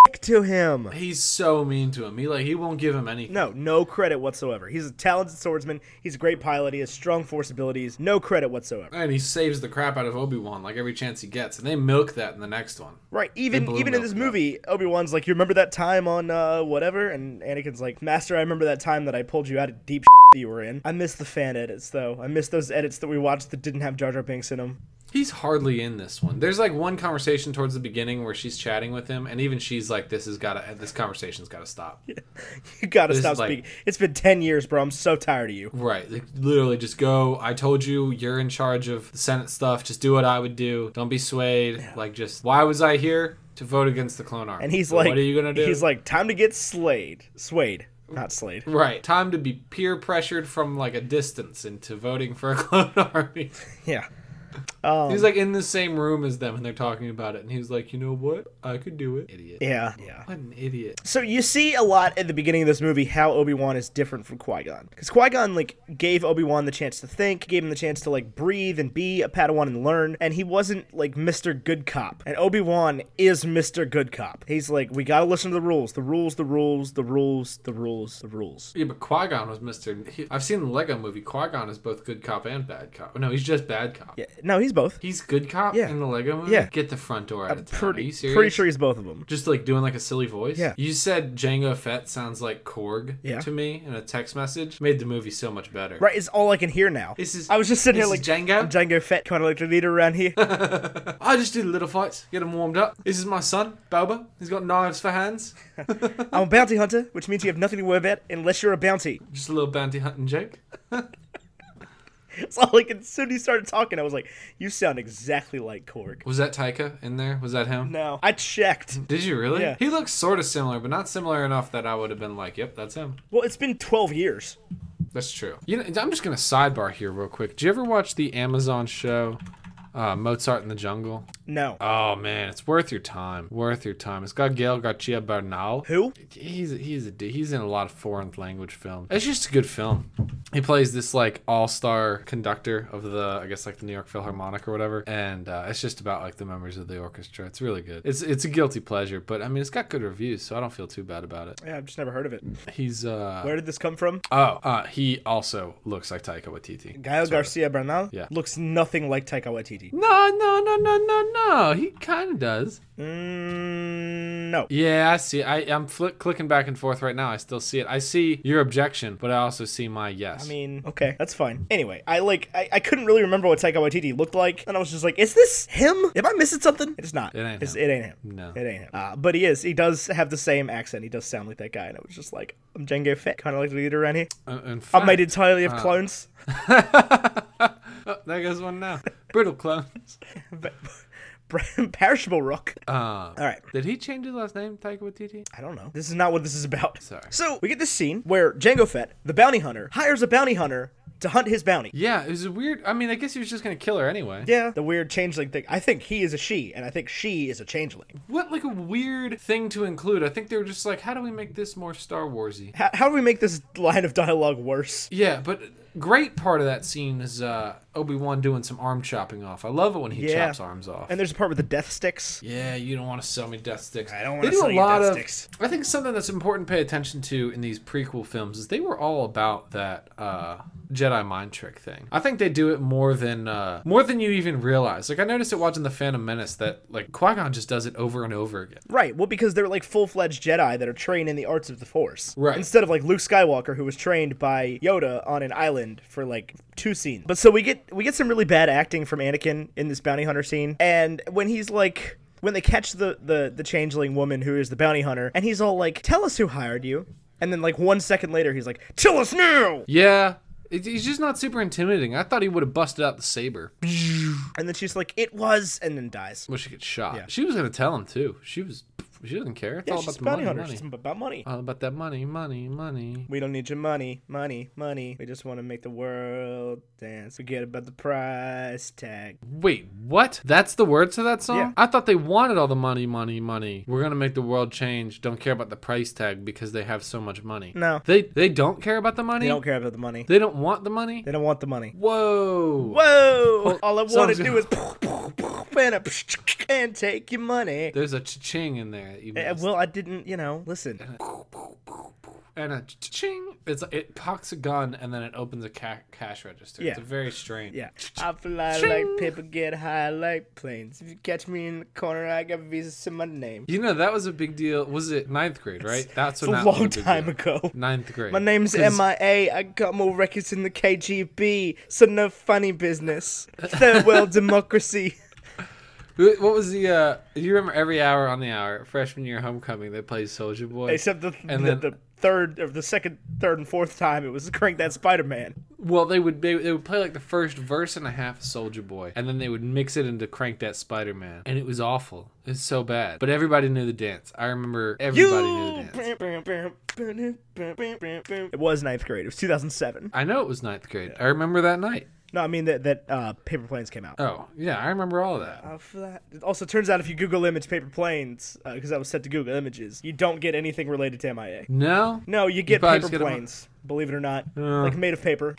S2: dick to him.
S1: He's so mean to him. He like he won't give him anything.
S2: No, no credit whatsoever. He's a talented swordsman. He's a great pilot. He has strong force abilities. No credit whatsoever.
S1: And he saves the crap out of Obi Wan like every chance he gets, and they milk that in the next one.
S2: Right. Even
S1: blew
S2: even in
S1: milk
S2: this
S1: that.
S2: movie, Obi Wan's like, "You remember that time on uh, whatever?" And Anakin's like, "Master, I remember that time that I pulled you out of deep." that You were in. I miss the fan edits though. I miss those edits that we watched that didn't have Jar Jar Binks in them.
S1: He's hardly in this one. There's like one conversation towards the beginning where she's chatting with him, and even she's like, "This has got to. This conversation's got to stop."
S2: You gotta
S1: This is
S2: stop
S1: like-
S2: speaking. It's been ten years, bro. I'm so tired of you.
S1: Right. Like, literally, just go. I told you, you're in charge of the Senate stuff. Just do what I would do. Don't be swayed. Like, just why was I here to vote against the clone army?
S2: And he's
S1: So
S2: like,
S1: "What are you gonna do?"
S2: He's like, time to get slayed, swayed, not slayed.
S1: Right. Time to be peer pressured from like a distance into voting for a clone army.
S2: Yeah.
S1: he's like in the same room as them and they're talking about it and he's like, "You know what? I could do it." Idiot.
S2: Yeah. Yeah.
S1: What an idiot.
S2: So you see a lot at the beginning of this movie how Obi Wan is different from Qui Gon, because Qui Gon like gave Obi Wan the chance to think, gave him the chance to like breathe and be a Padawan and learn, and he wasn't like Mr. Good Cop, and Obi Wan is Mr. Good Cop. He's like, we gotta listen to the rules, the rules, the rules, the rules, the rules, the rules.
S1: Yeah, but Qui Gon was Mister. I've seen the Lego Movie. Qui Gon is both good cop and bad cop. No, he's just bad cop.
S2: Yeah, no, he's both.
S1: He's good cop
S2: Yeah.
S1: in the Lego Movie.
S2: Yeah.
S1: Get the front door out of town. Are
S2: Pretty,
S1: you serious?
S2: pretty sure he's both of them.
S1: Just like doing like a silly voice.
S2: Yeah.
S1: You said Django Fett sounds like Korg
S2: Yeah.
S1: to me in a text message. Made the movie so much better.
S2: Right, is all I can hear now.
S1: This is-
S2: I was just sitting here
S1: this
S2: like
S1: is Django?
S2: I'm Django Fett, kind of like the leader around here.
S1: I just do the little fights, get him warmed up. This is my son, Boba. He's got knives for hands.
S2: I'm a bounty hunter, which means you have nothing to worry about unless you're a bounty.
S1: Just a little bounty hunting joke.
S2: That's all I could. As soon as he started talking, I was like, "You sound exactly like Korg."
S1: Was that Taika in there? Was that him?
S2: No, I checked.
S1: Did you really?
S2: Yeah.
S1: He looks sort of similar, but not similar enough that I would have been like, yep, that's him.
S2: Well, it's been 12 years.
S1: That's true. You know, I'm just going to sidebar here real quick. Did you ever watch the Amazon show? Uh, Mozart in the Jungle.
S2: No,
S1: Oh man, it's worth your time. Worth your time. It's got Gail Garcia Bernal.
S2: who?
S1: he's he's a d- he's in a lot of foreign language film. It's just a good film. He plays this like all star conductor of the I guess like the New York Philharmonic or whatever, and uh, it's just about like the members of the orchestra. It's really good. It's it's a guilty pleasure, but I mean it's got good reviews, so I don't feel too bad about it.
S2: Yeah, I've just never heard of it.
S1: He's uh
S2: Where did this come from?
S1: oh uh, he also looks like Taika Waititi.
S2: Gael Garcia Bernal
S1: Yeah.
S2: looks nothing like Taika Waititi.
S1: No no no no no no. He kind of does.
S2: Mm, no.
S1: Yeah, I see. I I'm flick clicking back and forth right now. I still see it. I see your objection, but I also see my yes.
S2: I mean, okay, that's fine. Anyway, I like I, I couldn't really remember what Taika Waititi looked like, and I was just like, is this him? Am I missing something? It's not.
S1: It ain't
S2: It's-
S1: him.
S2: It ain't him.
S1: No.
S2: It ain't him. Uh, but he is. He does have the same accent. He does sound like that guy, and I was just like, I'm Django Fett, kind of like the leader around here.
S1: Uh, in
S2: I'm made
S1: fact-
S2: entirely
S1: Uh.
S2: of clones.
S1: Oh, there goes one now. Brittle clones.
S2: Perishable rock.
S1: Uh,
S2: All right.
S1: did he change his last name, Taika Waititi?
S2: I don't know. This is not what this is about.
S1: Sorry.
S2: So we get this scene where Django Fett, the bounty hunter, hires a bounty hunter to hunt his bounty.
S1: Yeah, it was a weird. I mean, I guess he was just gonna kill her anyway.
S2: Yeah. The weird changeling thing. I think he is a she, and I think she is a changeling.
S1: What like a weird thing to include. I think they were just like, how do we make this more Star Warsy?
S2: How, how do we make this line of dialogue worse?
S1: Yeah, but great part of that scene is uh, Obi Wan doing some arm chopping off. I love it when he
S2: Yeah.
S1: chops arms off.
S2: And there's a part with the death sticks.
S1: Yeah, you don't want to sell me death sticks.
S2: I don't
S1: They
S2: wanna
S1: do
S2: sell
S1: a
S2: you
S1: lot
S2: death
S1: of-
S2: sticks.
S1: I think something that's important to pay attention to in these prequel films is they were all about that uh, Jedi mind trick thing. I think they do it more than uh, more than you even realize. Like I noticed it watching the Phantom Menace that like Qui Gon just does it over and over again.
S2: Right. Well, because they're like full fledged Jedi that are trained in the arts of the Force.
S1: Right.
S2: Instead of like Luke Skywalker, who was trained by Yoda on an island for like two scenes. But so we get we get some really bad acting from Anakin in this bounty hunter scene, and when he's like. When they catch the, the the changeling woman who is the bounty hunter, and he's all like, "Tell us who hired you," and then like one second later, he's like, "Tell us now!"
S1: Yeah, it, he's just not super intimidating. I thought he would have busted out the saber.
S2: And then she's like, "It was," and then dies.
S1: Well, she gets shot. She was gonna tell him too. She was. She doesn't care. It's
S2: Yeah,
S1: all
S2: she's
S1: about
S2: a
S1: the
S2: bounty
S1: money,
S2: hunter.
S1: money.
S2: She's about money.
S1: All about that money, money, money.
S2: We don't need your money, money, money. We just want to make the world dance. Forget about the price tag.
S1: Wait, what? That's the words to that song?
S2: Yeah.
S1: I thought they wanted all the money, money, money. We're gonna make the world change. Don't care about the price tag because they have so much money.
S2: No.
S1: They they don't care about the money?
S2: They don't care about the money.
S1: They don't want the money?
S2: They don't want the money.
S1: Whoa.
S2: Whoa! All I
S1: so-
S2: want to do is. and a and take your money.
S1: There's a ching in there. That you
S2: Uh,
S1: missed.
S2: Well, I didn't, you know, listen.
S1: and a ching. It's it cocks a gun and then it opens a ca- cash register. It's a
S2: Yeah.
S1: very strange.
S2: Yeah. I fly like paper, get high like planes. If you catch me in the corner, I got visas in my name.
S1: You know that was a big deal. Was it ninth grade? Right. That's
S2: It's
S1: when
S2: a
S1: that was
S2: long
S1: big
S2: time
S1: deal.
S2: ago.
S1: Ninth grade.
S2: My name's
S1: 'Cause-
S2: MIA. I got more records than the KGB, so no funny business. Third world democracy.
S1: Wh- What was the? uh You remember every hour on the hour, freshman year homecoming, they played Soldier Boy.
S2: Except the,
S1: And
S2: the,
S1: then-
S2: the third or the second, third, and fourth time it was crank that Spider Man.
S1: well, they would they, they would play like the first verse and a half of Soldier Boy, and then they would mix it into Crank That Spider Man, and it was awful. It's so bad, but everybody knew the dance. I remember everybody knew the dance.
S2: It was ninth grade. It was 2007.
S1: I know it was ninth grade. I remember that night.
S2: No, I mean that that uh, paper planes came out.
S1: Oh yeah, I remember all of that.
S2: I'll fly- It also turns out if you Google image paper planes, because I was set to Google images, you don't get anything related to MIA.
S1: No,
S2: No, you get
S1: probably
S2: paper
S1: just get 'em-
S2: planes. Believe it or not, like made of paper.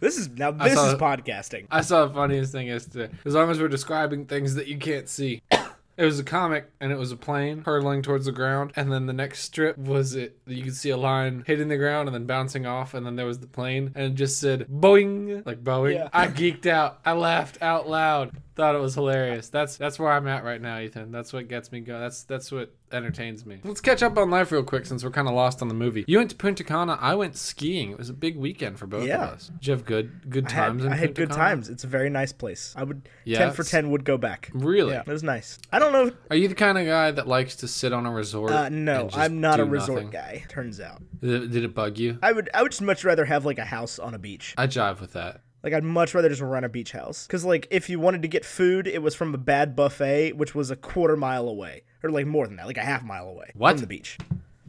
S2: This is now
S1: I
S2: this
S1: saw
S2: is
S1: it.
S2: podcasting.
S1: I saw the funniest thing yesterday. As long as we're describing things that you can't see. It was a comic, and it was a plane hurtling towards the ground. And then the next strip was it you could see a line hitting the ground and then bouncing off. And then there was the plane, and it just said Boeing, like Boeing.
S2: Yeah.
S1: I geeked out. I laughed out loud. Thought it was hilarious. That's that's where I'm at right now, Ethan. That's what gets me going. That's that's what entertains me. Let's catch up on life real quick since we're kind of lost on the movie. You went to Punta Cana. I went skiing. It was a big weekend for both
S2: Yeah.
S1: of us. Did you have good good
S2: I had,
S1: times? in
S2: I had
S1: Punta
S2: good
S1: Cana?
S2: times. It's a very nice place. I would
S1: Yeah,
S2: ten for
S1: it's-
S2: ten would go back.
S1: Really?
S2: Yeah, it was nice. I don't know. If,
S1: Are you the kind of guy that likes to sit on a resort?
S2: uh, no,
S1: and just
S2: I'm not a
S1: do
S2: resort
S1: nothing?
S2: guy. Turns out,
S1: Did, did it bug you?
S2: I would I would just much rather have like a house on a beach.
S1: I jive with that.
S2: Like I'd much rather just run a beach house. Cause like if you wanted to get food, it was from a bad buffet, which was a quarter mile away, or like more than that, like a half mile away
S1: What?
S2: from the beach.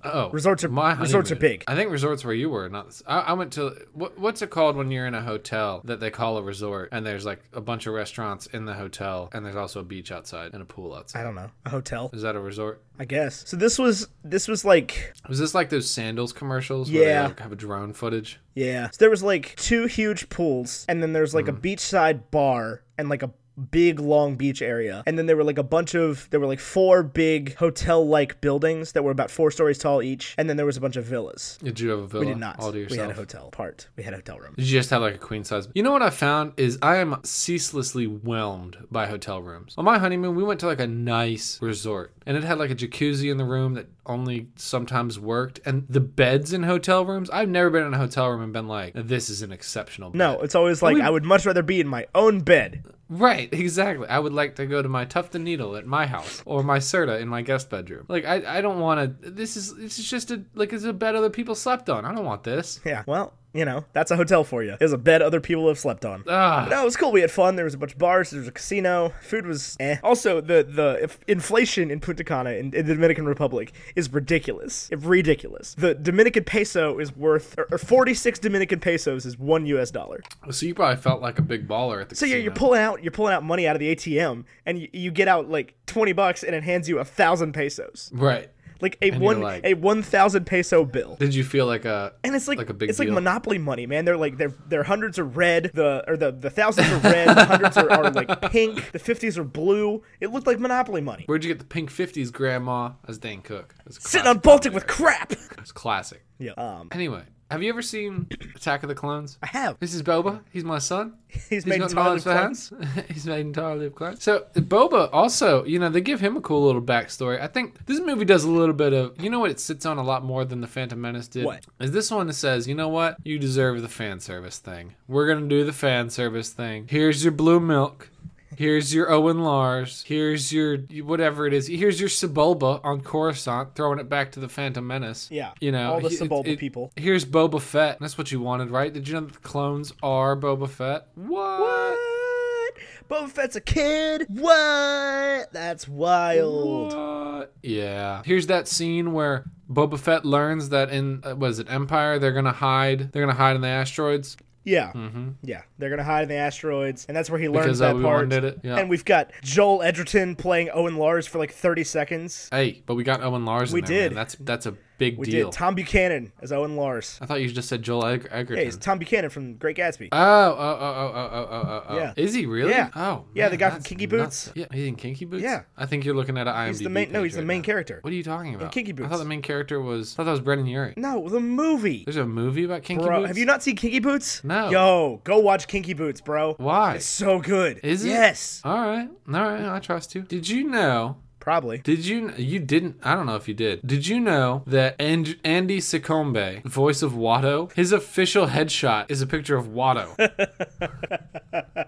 S1: Oh,
S2: Resorts are-
S1: my
S2: resorts are
S1: honeymoon.
S2: big.
S1: I think resorts where you were. Not. I, I went to what, what's it called when you're in a hotel that they call a resort and there's like a bunch of restaurants in the hotel and there's also a beach outside and a pool
S2: I
S1: outside.
S2: don't know, a hotel,
S1: Is that a resort?
S2: I guess. So this was this was like
S1: Was this like those sandals commercials? Where
S2: Yeah.
S1: They like have a drone footage.
S2: Yeah. So there was like two huge pools, and then there's like
S1: Hmm.
S2: a beachside bar and like a big long beach area. And then there were like a bunch of there were like four big hotel like buildings that were about four stories tall each. And then there was a bunch of villas.
S1: Did you have a villa?
S2: We did not.
S1: All to
S2: we had a
S1: yourself.
S2: hotel part. We had a hotel room.
S1: Did you just have like a queen size? You know what I found is I am ceaselessly whelmed by hotel rooms. On my honeymoon, we went to like a nice resort and it had like a jacuzzi in the room that only sometimes worked. And the beds in hotel rooms, I've never been in a hotel room and been like, this is an exceptional bed.
S2: No, it's always like
S1: we-
S2: I would much rather be in my own bed.
S1: Right, exactly. I would like to go to my Tuft and Needle at my house or my Serta in my guest bedroom. Like, I, I don't want to. This is this is just a like it's a bed other people slept on. I don't want this.
S2: Yeah. Well, you know, that's a hotel for you. There's a bed other people have slept on.
S1: Ah.
S2: No, it was cool. We had fun. There was a bunch of bars. There was a casino. Food was eh. Also, the the if inflation in Punta Cana in, in the Dominican Republic is ridiculous. It's ridiculous. The Dominican peso is worth or, or 46 Dominican pesos is one U.S. dollar.
S1: So you probably felt like a big baller at the.
S2: So you're, you're
S1: casino.
S2: pulling out you're pulling out money out of the ATM, and you, you get out like 20 bucks, and it hands you a thousand pesos,
S1: Right.
S2: like a
S1: And you're
S2: one
S1: like-
S2: a 1,000 peso bill.
S1: Did you feel like a
S2: And it's like,
S1: like a big
S2: it's
S1: deal.
S2: like monopoly money, man. They're like their their hundreds are red, the or the, the thousands are red, the hundreds are, are like pink, the fifties are blue. It looked like monopoly money.
S1: Where'd you get the pink fifties, Grandma? As Dan Cook. That's
S2: Sitting on Baltic with crap.
S1: It's classic.
S2: Yeah. Um
S1: Anyway, have you ever seen Attack of the Clones?
S2: I have.
S1: This is Boba. He's my son.
S2: He's made
S1: got
S2: entirely
S1: knowledge
S2: of
S1: for hands. He's made entirely of clones. So Boba also, you know, they give him a cool little backstory. I think this movie does a little bit of, you know, what it sits on a lot more than the Phantom Menace did.
S2: What?
S1: is this one that says, you know what, you deserve the fan service thing. We're gonna do the fan service thing. Here's your blue milk. Here's your Owen Lars. Here's your whatever it is. Here's your Sebulba on Coruscant, throwing it back to the Phantom Menace.
S2: Yeah.
S1: you know
S2: All the
S1: it-
S2: Sebulba
S1: it-
S2: people.
S1: Here's Boba Fett. That's what you wanted, right? Did you know that the clones are Boba Fett? What?
S2: What? Boba Fett's a kid. What? That's wild.
S1: What? Yeah. Here's that scene where Boba Fett learns that in uh, what is it Empire they're gonna hide. They're gonna hide in the asteroids.
S2: Yeah. Yeah. They're gonna hide in the asteroids, and that's where he learns
S1: Mm-hmm. Because
S2: that
S1: Obi-Wan
S2: part.
S1: did it, yeah.
S2: And we've got Joel Edgerton playing Owen Lars for like thirty seconds.
S1: Hey, but we got Owen Lars.
S2: We
S1: in there, man.
S2: did.
S1: That's that's a Big
S2: We
S1: deal.
S2: did Tom Buchanan as Owen Lars.
S1: I thought you just said Joel Eg-
S2: Yeah,
S1: Egerton.
S2: he's Tom Buchanan from Great Gatsby.
S1: Oh, oh, oh, oh, oh, oh, oh, oh.
S2: Yeah.
S1: Is he really?
S2: Yeah.
S1: Oh.
S2: Yeah, the
S1: man,
S2: guy from
S1: that's
S2: Kinky
S1: nuts.
S2: Boots.
S1: Yeah, he's in Kinky Boots?
S2: Yeah.
S1: I think you're looking at an IMDb
S2: He's the main. No,
S1: page
S2: he's the
S1: right
S2: main
S1: now.
S2: character.
S1: What are you talking about?
S2: Kinky
S1: I thought
S2: Boots.
S1: the main character was. I thought that was Brendan Urie.
S2: No, the movie.
S1: There's a movie about Kinky
S2: Bro,
S1: Boots.
S2: have you not seen Kinky Boots?
S1: No.
S2: Yo, go watch Kinky Boots, bro.
S1: Why?
S2: It's so good.
S1: Is it?
S2: Yes.
S1: All right. All right. I trust you. Did you know?
S2: Probably.
S1: Did you? You didn't. I don't know if you did. Did you know that and, Andy Sicombe, voice of Watto, his official headshot is a picture of Watto.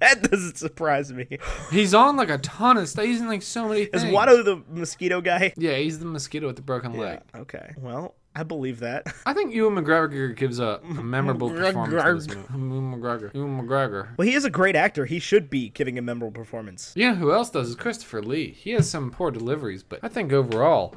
S2: That doesn't surprise me.
S1: he's on like a ton of stuff. He's in like so many
S2: Is
S1: things.
S2: Watto the mosquito guy?
S1: Yeah, he's the mosquito with the broken leg.
S2: Okay. Well, I believe that.
S1: I think Ewan McGregor gives a, a memorable performance in this movie. Ewan McGregor. Ewan McGregor.
S2: Well, he is a great actor. He should be giving a memorable performance.
S1: You know who else does is Christopher Lee. He has some poor deliveries, but I think overall,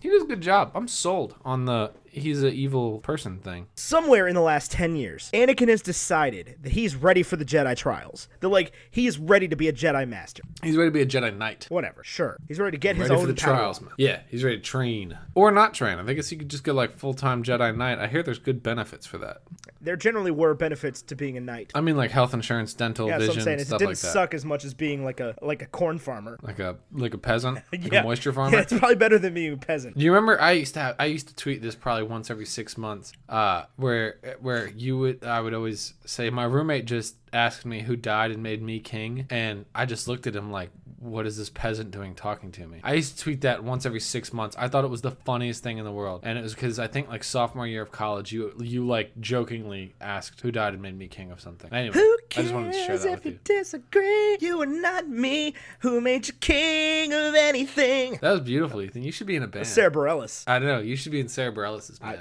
S1: he does a good job. I'm sold on the he's an evil person thing.
S2: Somewhere in the last 10 years, Anakin has decided that he's ready for the Jedi trials. That, like, he is ready to be a Jedi master.
S1: He's ready to be a Jedi Knight.
S2: Whatever, sure. He's ready to get his
S1: Ready for
S2: own
S1: the
S2: power.
S1: trials, man. Yeah, he's ready to train or not train. I guess he could just go like full time Jedi Knight. I hear there's good benefits for that.
S2: There generally were benefits to being a knight.
S1: I mean, like health insurance, dental,
S2: That's what I'm
S1: vision,
S2: saying. It
S1: stuff
S2: didn't
S1: like that.
S2: suck as much as being like a like a corn farmer.
S1: Like a like a peasant, like a moisture farmer.
S2: Yeah, it's probably better than being a peasant.
S1: Do you remember I used to have, I used to tweet this probably once every six months, uh, where where you would I would always say my roommate just asked me who died and made me king, and I just looked at him like, what is this peasant doing talking to me? I used to tweet that once every six months. I thought it was the funniest thing in the world, and it was because I think like sophomore year of college, you you like jokingly asked who died and made me king of something. Anyway,
S2: Who
S1: I
S2: cares
S1: just wanted to share that with
S2: if you
S1: you.
S2: disagree? You are not me. Who made you king of anything?
S1: That was beautiful, Ethan. You should be in a band.
S2: Sarah Bareilles.
S1: I know you should be in Sarah Bareilles' band.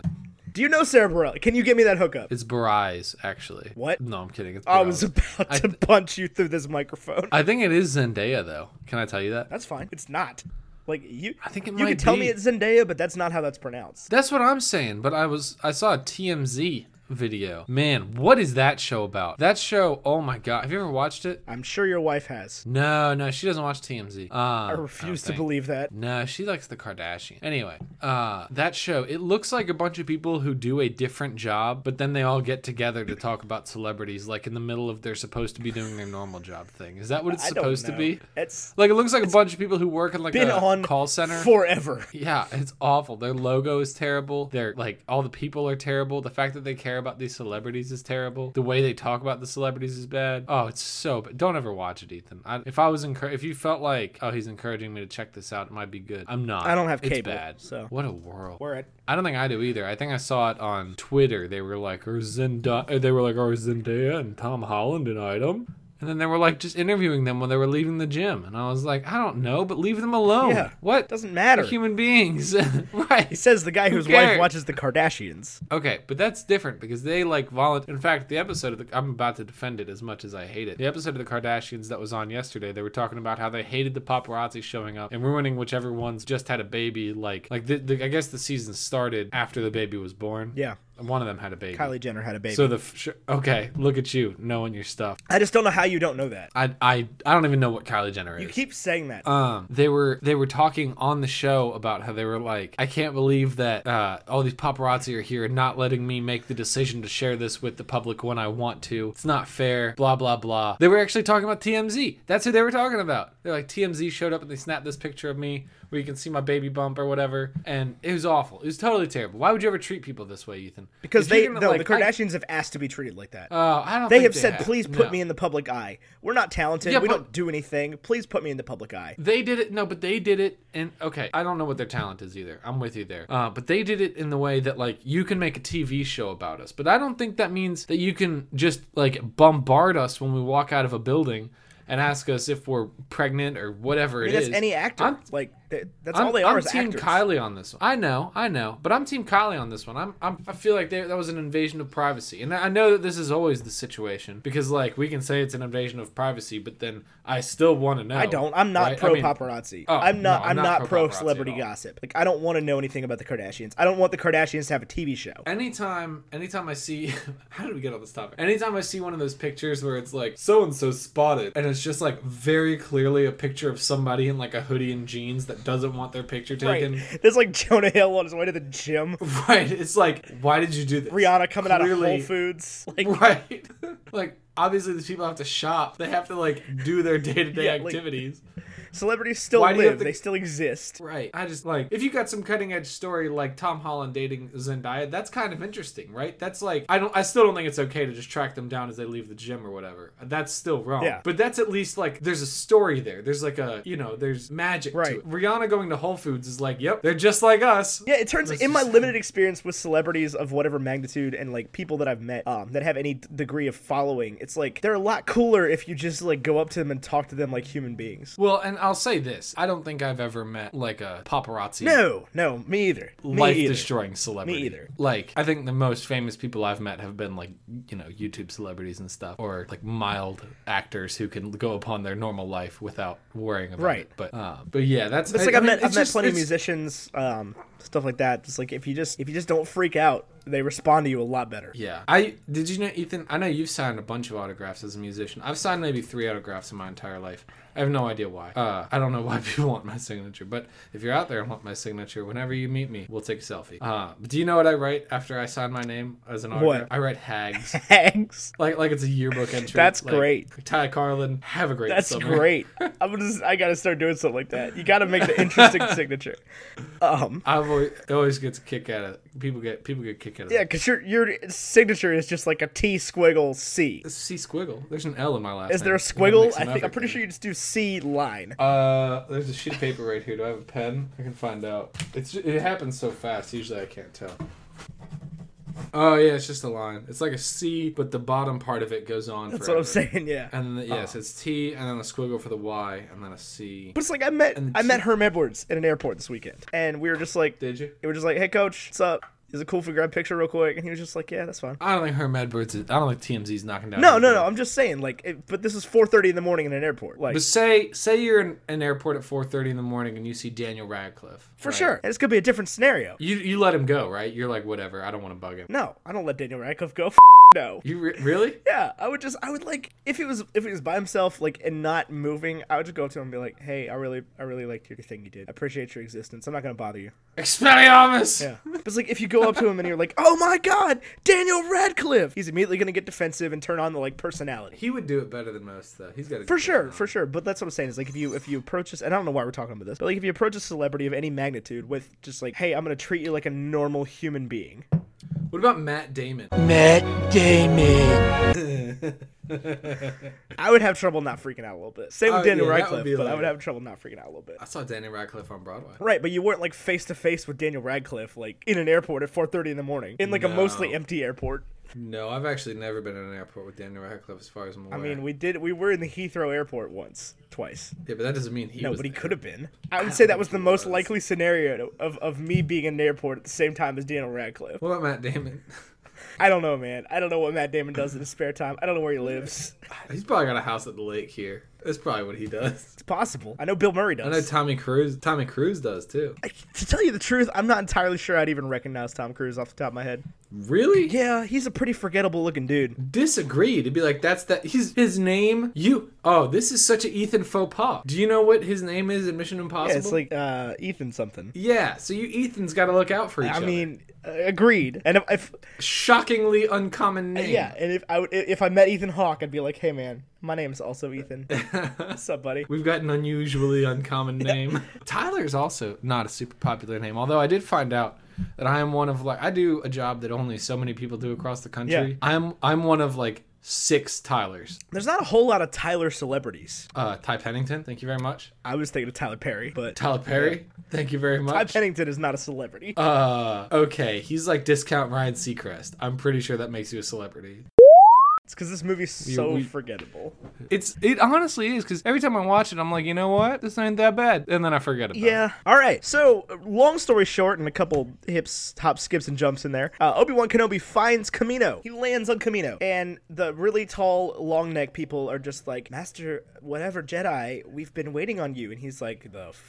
S2: Do you know Sarah Bareilles? Can you get me that hookup?
S1: It's Barais, actually.
S2: What? Oh,
S1: No, I'm kidding. It's
S2: I was
S1: Barais.
S2: about to punch you through this microphone.
S1: I think it is Zendaya, though. Can I tell you that?
S2: That's fine. It's not. Like you, I
S1: think it
S2: you
S1: might
S2: can tell
S1: be.
S2: me it's Zendaya, but that's not how that's pronounced.
S1: That's what I'm saying. But I was I saw a TMZ video. Man, what is that show about? That show. Oh my god, have you ever watched it?
S2: I'm sure your wife has.
S1: No, no, she doesn't watch TMZ. Uh, I
S2: I refuse
S1: don't
S2: to
S1: think.
S2: believe that.
S1: No, she likes the Kardashian. Anyway, uh, that show, it looks like a bunch of people who do a different job, but then they all get together to talk about celebrities, like in the middle of they're supposed to be doing their normal job thing. Is that what it's
S2: I don't
S1: supposed to
S2: know.
S1: be?
S2: It's
S1: Like it looks like a bunch of people who work in like
S2: been
S1: a
S2: on
S1: call center.
S2: forever.
S1: yeah, it's awful. Their logo is terrible. Their like all the people are terrible. The fact that they care about these celebrities is terrible. The way they talk about the celebrities is bad. Oh, it's so bad. Don't ever watch it, Ethan. I, if I was encour- if you felt like oh he's encouraging me to check this out, it might be good. I'm not.
S2: I don't have
S1: It's
S2: cable,
S1: bad.
S2: so.
S1: what a world.
S2: We're at
S1: I don't think I do either. I think I saw it on Twitter. They were like, "Are Zendaya?" They were like, "Are Zendaya and Tom Holland an item?" And then they were like just interviewing them when they were leaving the gym, and I was like, "I don't know, but leave them alone.
S2: Yeah.
S1: What?
S2: doesn't matter.
S1: They're human beings,
S2: He
S1: right?"
S2: says the guy whose
S1: cares?
S2: wife watches the Kardashians.
S1: Okay, but that's different because they like volunteer. In fact, the episode of the I'm about to defend it as much as I hate it. The episode of the Kardashians that was on yesterday, they were talking about how they hated the paparazzi showing up and ruining whichever ones just had a baby. Like, like the, the, I guess the season started after the baby was born.
S2: Yeah,
S1: One of them had a baby.
S2: Kylie Jenner had a baby.
S1: So the f- sh- okay, look at you knowing your stuff.
S2: I just don't know how you don't know that.
S1: I I I don't even know what Kylie Jenner
S2: You
S1: is.
S2: keep saying that.
S1: Um, they were they were talking on the show about how they were like, I can't believe that uh, all these paparazzi are here and not letting me make the decision to share this with the public when I want to. It's not fair. Blah blah blah. They were actually talking about TMZ. That's who they were talking about. They're like TMZ showed up and they snapped this picture of me where you can see my baby bump or whatever, and it was awful. It was totally terrible. Why would you ever treat people this way, Ethan?
S2: because
S1: If you're
S2: they,
S1: gonna,
S2: no,
S1: like,
S2: the Kardashians have asked to be treated like that.
S1: I, uh, I don't.
S2: they
S1: think
S2: have said, "Please put
S1: No.
S2: me in the public eye. We're not talented.
S1: Yeah,
S2: we
S1: but-
S2: don't do anything. Please put me in the public eye."
S1: They did it. No, but they did it. And okay, I don't know what their talent is either. I'm with you there. Uh, but they did it in the way that like you can make a TV show about us, but I don't think that means that you can just like bombard us when we walk out of a building and ask us if we're pregnant or whatever it is.
S2: That's any actor.
S1: I'm-
S2: like th- that's
S1: I'm,
S2: all they are
S1: I'm
S2: is
S1: Team
S2: actors.
S1: Kylie on this one. I know, I know, but I'm Team Kylie on this one. I'm, I'm I feel like they, that was an invasion of privacy, and I know that this is always the situation because like we can say it's an invasion of privacy, but then I still want to know.
S2: I don't. I'm not
S1: right? I
S2: pro
S1: mean,
S2: paparazzi.
S1: oh,
S2: I'm not.
S1: no, I'm
S2: I'm
S1: not pro
S2: not, pro
S1: paparazzi at
S2: celebrity
S1: all.
S2: gossip. Like I don't want to know anything about the Kardashians. I don't want the Kardashians to have a TV show.
S1: Anytime, anytime I see, how did we get on this topic? Anytime I see one of those pictures where it's like so and so spotted, and it's just like very clearly a picture of somebody in like a hoodie and jeans that doesn't want their picture
S2: Right.
S1: taken.
S2: There's like Jonah Hill on his way to the gym.
S1: Right. It's like, why did you do this?
S2: Rihanna coming out
S1: Clearly-
S2: of Whole Foods. Like,
S1: Right. like, obviously, these people have to shop. They have to, like, do their day to day
S2: Yeah, like-
S1: activities.
S2: celebrities still
S1: Why do you
S2: live.
S1: have to-
S2: They still exist.
S1: Right. I just like if you got some cutting edge story like Tom Holland dating Zendaya, that's kind of interesting, right? That's like I don't I still don't think it's okay to just track them down as they leave the gym or whatever. That's still wrong.
S2: Yeah.
S1: But that's at least like there's a story there. There's like a you know, there's magic
S2: Right.
S1: to it. Rihanna going to Whole Foods is like, yep, they're just like us.
S2: Yeah, it turns
S1: Let's
S2: in my
S1: just-
S2: limited experience with celebrities of whatever magnitude and like people that I've met um, that have any d- degree of following, it's like they're a lot cooler if you just like go up to them and talk to them like human beings.
S1: Well, and I'll say this. I don't think I've ever met like a paparazzi
S2: No, no, me either. Me
S1: life
S2: either.
S1: destroying celebrity.
S2: Me either.
S1: Like I think the most famous people I've met have been like you know YouTube celebrities and stuff, or like mild actors who can go upon their normal life without worrying about
S2: Right.
S1: it. But um, but yeah, that's
S2: It's like I, have
S1: mean,
S2: met,
S1: it's
S2: I've met
S1: just-
S2: plenty of
S1: it's-
S2: musicians, um, stuff like that. It's like if you just if you just don't freak out, they respond to you a lot better.
S1: Yeah, I did you know Ethan? I know you've signed a bunch of autographs as a musician. I've signed maybe three autographs in my entire life. I have no idea why. Uh, I don't know why people want my signature, but if you're out there and want my signature, whenever you meet me, we'll take a selfie. Uh, but do you know what I write after I sign my name as an autograph? I write hags.
S2: Thanks.
S1: Like like it's a yearbook entry.
S2: That's
S1: Like,
S2: great.
S1: Ty Carlin, have a great
S2: That's
S1: summer.
S2: great. I'm just I gotta start doing something like that. You gotta make the interesting signature. Um,
S1: I've always, it always gets a kick out of people get people get a kick out of
S2: Yeah, because your your signature is just like a T squiggle C.
S1: that. C squiggle. There's an L in my last
S2: Is
S1: name.
S2: there a
S1: It
S2: squiggle?
S1: makes
S2: I
S1: an
S2: think I'm
S1: effort.
S2: pretty sure you just do C line.
S1: Uh, there's a sheet of paper right here. Do I have a pen? I can find out. It's it happens so fast. Usually I can't tell. Oh yeah, it's just a line. It's like a C, but the bottom part of it goes on.
S2: That's what I'm saying. Oh. Yeah,
S1: And then the, yes, it's T, and then a squiggle for the Y, and then a C.
S2: but it's like I met
S1: And
S2: I met
S1: T-
S2: Herm Edwards at an airport this weekend, and we were just like, we
S1: Did you?
S2: were just like, hey coach, what's up? Is it cool if we grab a picture real quick? And he was just like, yeah, that's fine.
S1: I don't think Herm Edwards. Is, I don't think TMZ's knocking down.
S2: No, no,
S1: anybody.
S2: no. I'm just saying, like, it, but this is 4:30 in the morning in an airport, like
S1: But say say you're in an airport at 4:30 in the morning and you see Daniel Radcliffe.
S2: for sure. And it's gonna be a different scenario.
S1: You you let him go, right? You're like whatever. I don't want to bug him.
S2: No, I don't let Daniel Radcliffe go. F- no.
S1: You re- really?
S2: Yeah, I would just I would like if he was if he was by himself like and not moving, I would just go up to him and be like, "Hey, I really I really liked your thing you did. I appreciate your existence. I'm not gonna bother you."
S1: Expelliarmus.
S2: Yeah, but it's like if you go up to him and you're like, "Oh my God, Daniel Radcliffe," he's immediately gonna get defensive and turn on the like personality.
S1: He would do it better than most though. He's got a
S2: For
S1: good
S2: sure,
S1: personality.
S2: for sure. But that's what I'm saying is like if you if you approach this, and I don't know why we're talking about this, but like if you approach a celebrity of any magnitude with just like, "Hey, I'm gonna treat you like a normal human being."
S1: What about Matt Damon?
S3: Matt Damon.
S2: I would have trouble not freaking out a little bit. Same with
S1: Oh,
S2: Daniel
S1: yeah, that would
S2: Radcliffe,
S1: be
S2: but I
S1: like-
S2: would have trouble not freaking out a little bit.
S1: I saw Daniel Radcliffe on Broadway.
S2: Right, but you weren't like face to face with Daniel Radcliffe like in an airport at 4:30 in the morning in like a
S1: No.
S2: mostly empty airport.
S1: No, I've actually never been in an airport with Daniel Radcliffe, as far as I'm aware.
S2: I mean, we did we were in the Heathrow airport once, twice.
S1: yeah, but that doesn't mean he.
S2: No,
S1: was
S2: but he
S1: there.
S2: could have been. I would say that was the most
S1: was.
S2: likely scenario to- of, of me being in an airport at the same time as Daniel Radcliffe.
S1: What about Matt Damon?
S2: I don't know, man. I don't know what Matt Damon does in his spare time. I don't know where he lives.
S1: He's probably got a house at the lake here. That's probably what he does.
S2: It's possible. I know Bill Murray
S1: I know
S2: does.
S1: Tommy Cruise. Tommy Cruise does too.
S2: I- to tell you the truth, I'm not entirely sure I'd even recognize Tom Cruise off the top of my head.
S1: Really?
S2: Yeah, he's a pretty forgettable looking dude.
S1: disagree to be like that's that he's his name you oh this is such an ethan faux pas do you know what his name is in mission impossible
S2: Yeah, it's like uh, Ethan something.
S1: yeah so you ethan's got to look out for each
S2: I
S1: other
S2: mean, uh, agreed. And if, if
S1: shockingly uncommon name
S2: Uh, yeah, and if I would, if I met Ethan Hawke, I'd be like, "Hey, man, my name's also Ethan. What's up, buddy?"
S1: We've got an unusually uncommon name. Tyler's also not a super popular name, although I did find out that I am one of like I do a job that only so many people do across the country.
S2: Yeah.
S1: I'm I'm one of like six Tylers.
S2: There's not a whole lot of Tyler celebrities.
S1: Uh Ty Pennington, thank you very much.
S2: I was thinking of Tyler Perry, but
S1: Tyler Perry, thank you very
S2: Ty
S1: much.
S2: Pennington is not a celebrity.
S1: Uh, okay. He's like discount Ryan Seacrest. I'm pretty sure that makes you a celebrity.
S2: it's because this movie's so
S1: we-
S2: forgettable.
S1: It's it honestly is because every time I watch it, I'm like, you know what, this ain't that bad, and then I forget about it.
S2: Yeah. All right. So, uh, long story short, and a couple hips, hop, skips, and jumps in there. Uh, Obi Wan Kenobi finds Kamino. He lands on Kamino, and the really tall, long neck people are just like, "Master, whatever Jedi, we've been waiting on you." And he's like, "The." F-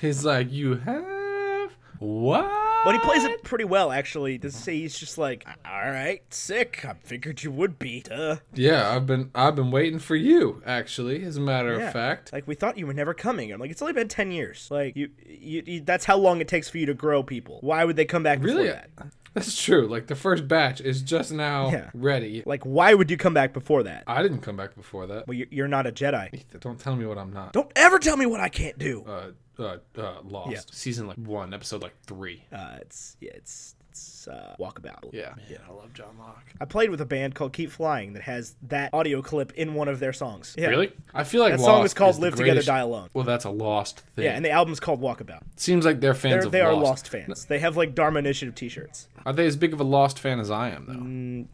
S1: He's like, you have what?
S2: But he plays it pretty well, actually. To say he's just like, all right, sick. I figured you would be. Duh.
S1: Yeah, I've been I've been waiting for you. Actually, as a matter
S2: Yeah.
S1: of fact.
S2: Like we thought you were never coming. I'm like, it's only been ten years. Like you, you, you that's how long it takes for you to grow people. Why would they come back
S1: Really,
S2: before that?
S1: that's true. Like the first batch is just now
S2: Yeah.
S1: ready.
S2: Like why would you come back before that?
S1: I didn't come back before that.
S2: Well, you- you're not a Jedi.
S1: Don't tell me what I'm not.
S2: Don't ever tell me what I can't do.
S1: Uh, uh, uh, Lost season like one, episode like three.
S2: Uh, it's yeah, it's it's uh, walkabout.
S1: Yeah, yeah, I love John Locke.
S2: I played with a band called Keep Flying that has that audio clip in one of their songs. Yeah.
S1: Really? I feel like
S2: That
S1: Lost
S2: song is called
S1: the
S2: "Live Together,
S1: greatest-
S2: Die Alone."
S1: Well, that's a Lost thing.
S2: Yeah, and the album's called Walkabout.
S1: Seems like they're fans
S2: They're,
S1: of
S2: they are
S1: Lost.
S2: Lost fans. They have like Dharma Initiative T-shirts.
S1: Are they as big of a Lost fan as I am, though?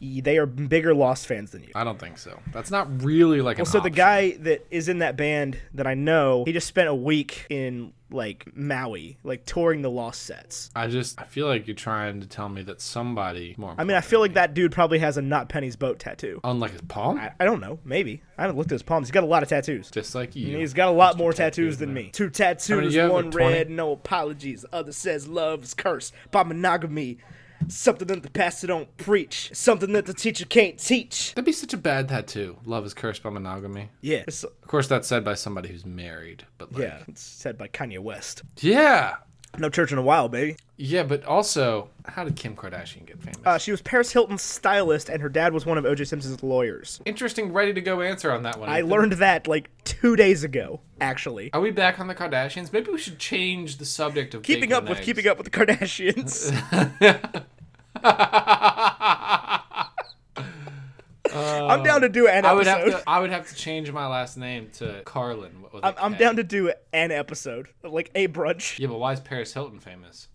S2: Mm. Y- They are bigger Lost fans than you.
S1: I don't think so. That's not really like. an
S2: So the
S1: option.
S2: guy that is in that band that I know, he just spent a week in like Maui, like touring the Lost sets.
S1: I just I feel like you're trying to tell me that somebody more.
S2: I mean, I feel like that dude probably has a Not Penny's Boat tattoo.
S1: on like his palm,
S2: I, I don't know, maybe. I haven't looked at his palms. He's got a lot of tattoos.
S1: just like you.
S2: He's got a lot more tattoos than me. Two
S1: many
S2: tattoos,
S1: you have?
S2: one
S1: Like 20?
S2: red, no apologies. The other says love is cursed by monogamy. Something that the pastor don't preach. Something that the teacher can't teach.
S1: That'd be such a bad tattoo. Love is cursed by monogamy.
S2: Yeah. It's,
S1: Of course, that's said by somebody who's married. But like,
S2: yeah. It's said by Kanye West.
S1: yeah,
S2: No church in a while, baby.
S1: yeah. But also, how did Kim Kardashian get famous?
S2: Uh, she was Paris Hilton's stylist, and her dad was one of O.J. Simpson's lawyers.
S1: Interesting, ready to go answer on that one.
S2: I
S1: Ethan.
S2: learned that like two days ago, actually.
S1: Are we back on the Kardashians? Maybe we should change the subject of
S2: Keeping up with keeping up with the Kardashians. I'm down to do an
S1: I would
S2: episode.
S1: have to. I would have to change my last name to Carlin. with a
S2: I'm, I'm
S1: K.
S2: down to do an episode, like a brunch,
S1: Yeah, but why is Paris Hilton famous?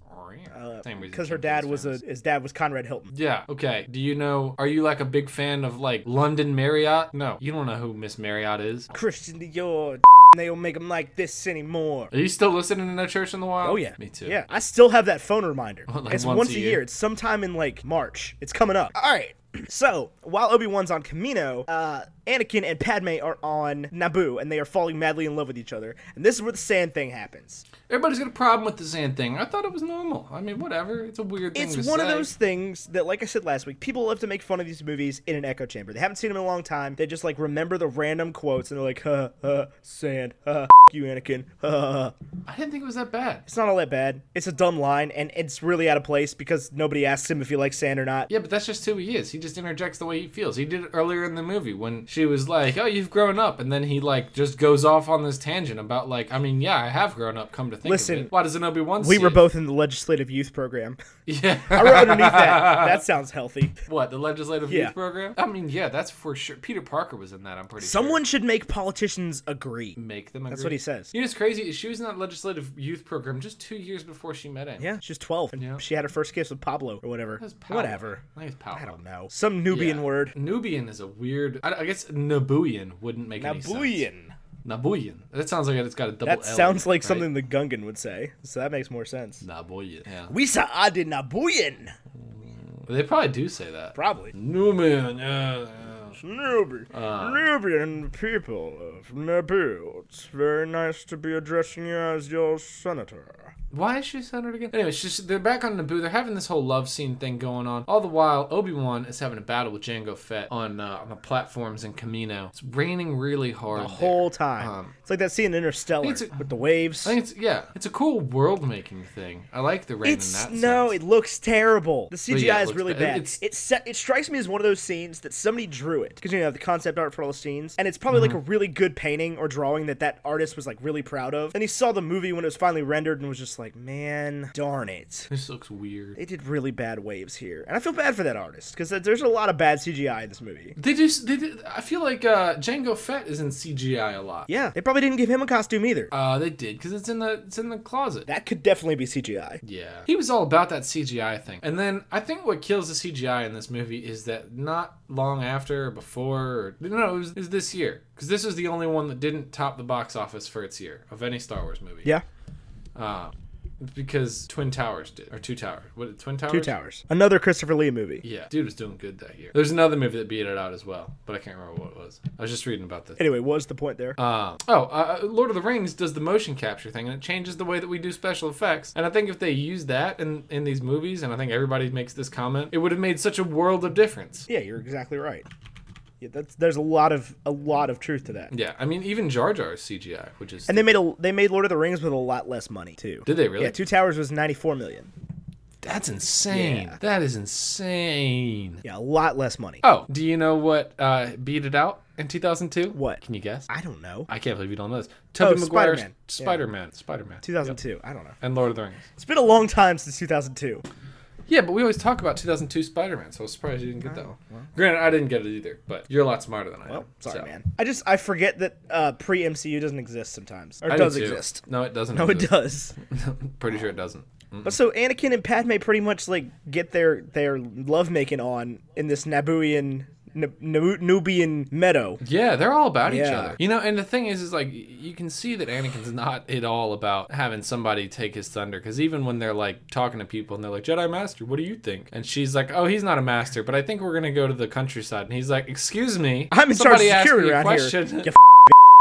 S1: Same reason.
S2: because Uh, her
S1: Kim
S2: dad
S1: Kardashian's
S2: was a
S1: famous.
S2: his dad was Conrad Hilton.
S1: Yeah. Okay. Do you know? Are you like a big fan of like London Marriott? No, you don't know who Miss Marriott is.
S2: Christian Dior, they don't make them like this anymore.
S1: Are you still listening to No Church in the Wild?
S2: Oh yeah,
S1: Me too.
S2: Yeah, I still have that phone reminder.
S1: like
S2: it's once, a year. It's sometime in like March. It's coming up. All right. So while Obi Wan's on Kamino, uh, Anakin and Padme are on Naboo, and they are falling madly in love with each other. And this is where the sand thing happens.
S1: Everybody's got a problem with the sand thing. I thought it was normal. I mean, whatever. It's a weird thing.
S2: It's
S1: to
S2: one of
S1: say.
S2: those things that, like I said last week, people love to make fun of these movies in an echo chamber. They haven't seen them in a long time. They just like remember the random quotes, and they're like, "Huh, huh, sand, huh, f- you Anakin, huh, huh, huh."
S1: I didn't think it was that bad.
S2: It's not all that bad. It's a dumb line, and it's really out of place because nobody asks him if he likes sand or not.
S1: Yeah, but that's just who he is. He just interjects the way he feels. He did it earlier in the movie when she was like, "Oh, you've grown up," and then he like just goes off on this tangent about like, I mean, yeah, I have grown up. Come to think
S2: Listen,
S1: of it, why doesn't Obi Wan?
S2: We were both in the legislative youth program.
S1: Yeah.
S2: I wrote underneath that. That sounds healthy.
S1: What the legislative
S2: Yeah.
S1: youth program? I mean, yeah, that's for sure. Peter Parker was in that. I'm pretty
S2: Someone should make politicians agree.
S1: sure. make them. Agree.
S2: That's what he says.
S1: You know, it's crazy. She was in that legislative youth program just two years before she met him.
S2: Yeah, she's 12. And
S1: Yeah.
S2: She had her first kiss with Pablo or whatever.
S1: It's Paolo.
S2: Whatever.
S1: I think it's Paolo.
S2: I don't know. Some Nubian word.
S1: Nubian is a weird. I, I guess Nabuian wouldn't make any sense.
S2: Nabuian.
S1: Nabuian. That sounds like it's got a double.
S2: That
S1: L,
S2: sounds like
S1: right?
S2: something the Gungan would say. So that makes more sense.
S1: Nabuian. Yeah.
S2: We saw Adi Nabuyan.
S1: They probably do say that.
S2: Probably.
S1: Nubian. Yeah, yeah.
S2: Nubian.
S1: Uh.
S2: Nubian people of Naboo. It's very nice to be addressing you as your senator.
S1: Why is she centered again? Anyway, she's, they're back on Naboo. They're having this whole love scene thing going on. All the while, Obi Wan is having a battle with Jango Fett on uh, on the platforms in Camino. It's raining really hard.
S2: The
S1: there. Um,
S2: whole time. it's like that scene in Interstellar
S1: it's a-
S2: with the waves.
S1: I think it's yeah, it's a cool world making thing. I like the rain
S2: It's
S1: in that.
S2: no,
S1: sense.
S2: it looks terrible. The
S1: yeah,
S2: CGI
S1: it
S2: is
S1: looks
S2: really
S1: bad.
S2: bad.
S1: It's-
S2: It set, it strikes me as one of those scenes that somebody drew it because you know the concept art for all the scenes, and it's probably
S1: Mm-hmm.
S2: like a really good painting or drawing that that artist was like really proud of. And he saw the movie when it was finally rendered and was just like, man, darn it.
S1: this looks weird.
S2: They did really bad waves here, and I feel bad for that artist because there's a lot of bad CGI in this movie.
S1: They do. They do, I feel like uh, Jango Fett is in CGI a lot.
S2: Yeah, they probably didn't give him a costume either.
S1: Uh, they did because it's in the it's in the closet.
S2: that could definitely be CGI.
S1: Yeah. He was all about that CGI thing. And then I think what kills the CGI in this movie is that not long after or before, or, no, it was, it was this year. Because this is the only one that didn't top the box office for its year of any Star Wars movie.
S2: Yeah,
S1: because Twin Towers did or Two Towers. What Twin Towers?
S2: Two Towers. Another Christopher Lee movie.
S1: Yeah, dude was doing good that year. There's another movie that beat it out as well, but I can't remember what it was. I was just reading about this.
S2: Anyway, what was the point there?
S1: Um, oh, uh, Lord of the Rings does the motion capture thing, and it changes the way that we do special effects. And I think if they use that in in these movies, and I think everybody makes this comment, it would have made such a world of difference.
S2: yeah, you're exactly right. Yeah, that's there's a lot of a lot of truth to that.
S1: Yeah, I mean even Jar Jar's CGI, which is
S2: And they made a they made Lord of the Rings with a lot less money too.
S1: did they really?
S2: Yeah, Two Towers was 94 million.
S1: That's insane.
S2: Yeah.
S1: That is insane.
S2: Yeah, a lot less money.
S1: Oh, do you know what uh, beat it out in 2002?
S2: What?
S1: Can you guess?
S2: I don't know.
S1: I can't believe you don't know this. Tobey Maguire's
S2: Spider-Man. Yeah.
S1: Spider-Man. Spider-Man.
S2: 2002. I don't know.
S1: And Lord of the Rings.
S2: It's been a long time since 2002.
S1: Yeah, but we always talk about 2002 Spider-Man, so I was surprised you didn't get that one. Granted, I didn't get it either, but you're a lot smarter than I am.
S2: Well, sorry,
S1: Oh, so.
S2: man. I just I forget that uh, pre MCU doesn't exist sometimes, or
S1: I do
S2: does
S1: too.
S2: exist.
S1: No, it doesn't.
S2: No, it does.
S1: doesn't. Pretty sure it doesn't.
S2: But so Anakin and Padme pretty much like get their their lovemaking on in this Nabooian N- N- Nubian meadow.
S1: Yeah, they're all about each
S2: Yeah.
S1: other. You know, and the thing is, is like y- you can see that Anakin's not at all about having somebody take his thunder. Because even when they're like talking to people and they're like, "Jedi Master, what do you think?" and she's like, "Oh, he's not a master, but I think we're gonna go to the countryside." And he's like, "Excuse me,
S2: I'm in
S1: somebody asked
S2: charge of security
S1: me a
S2: around
S1: question."
S2: here. You f-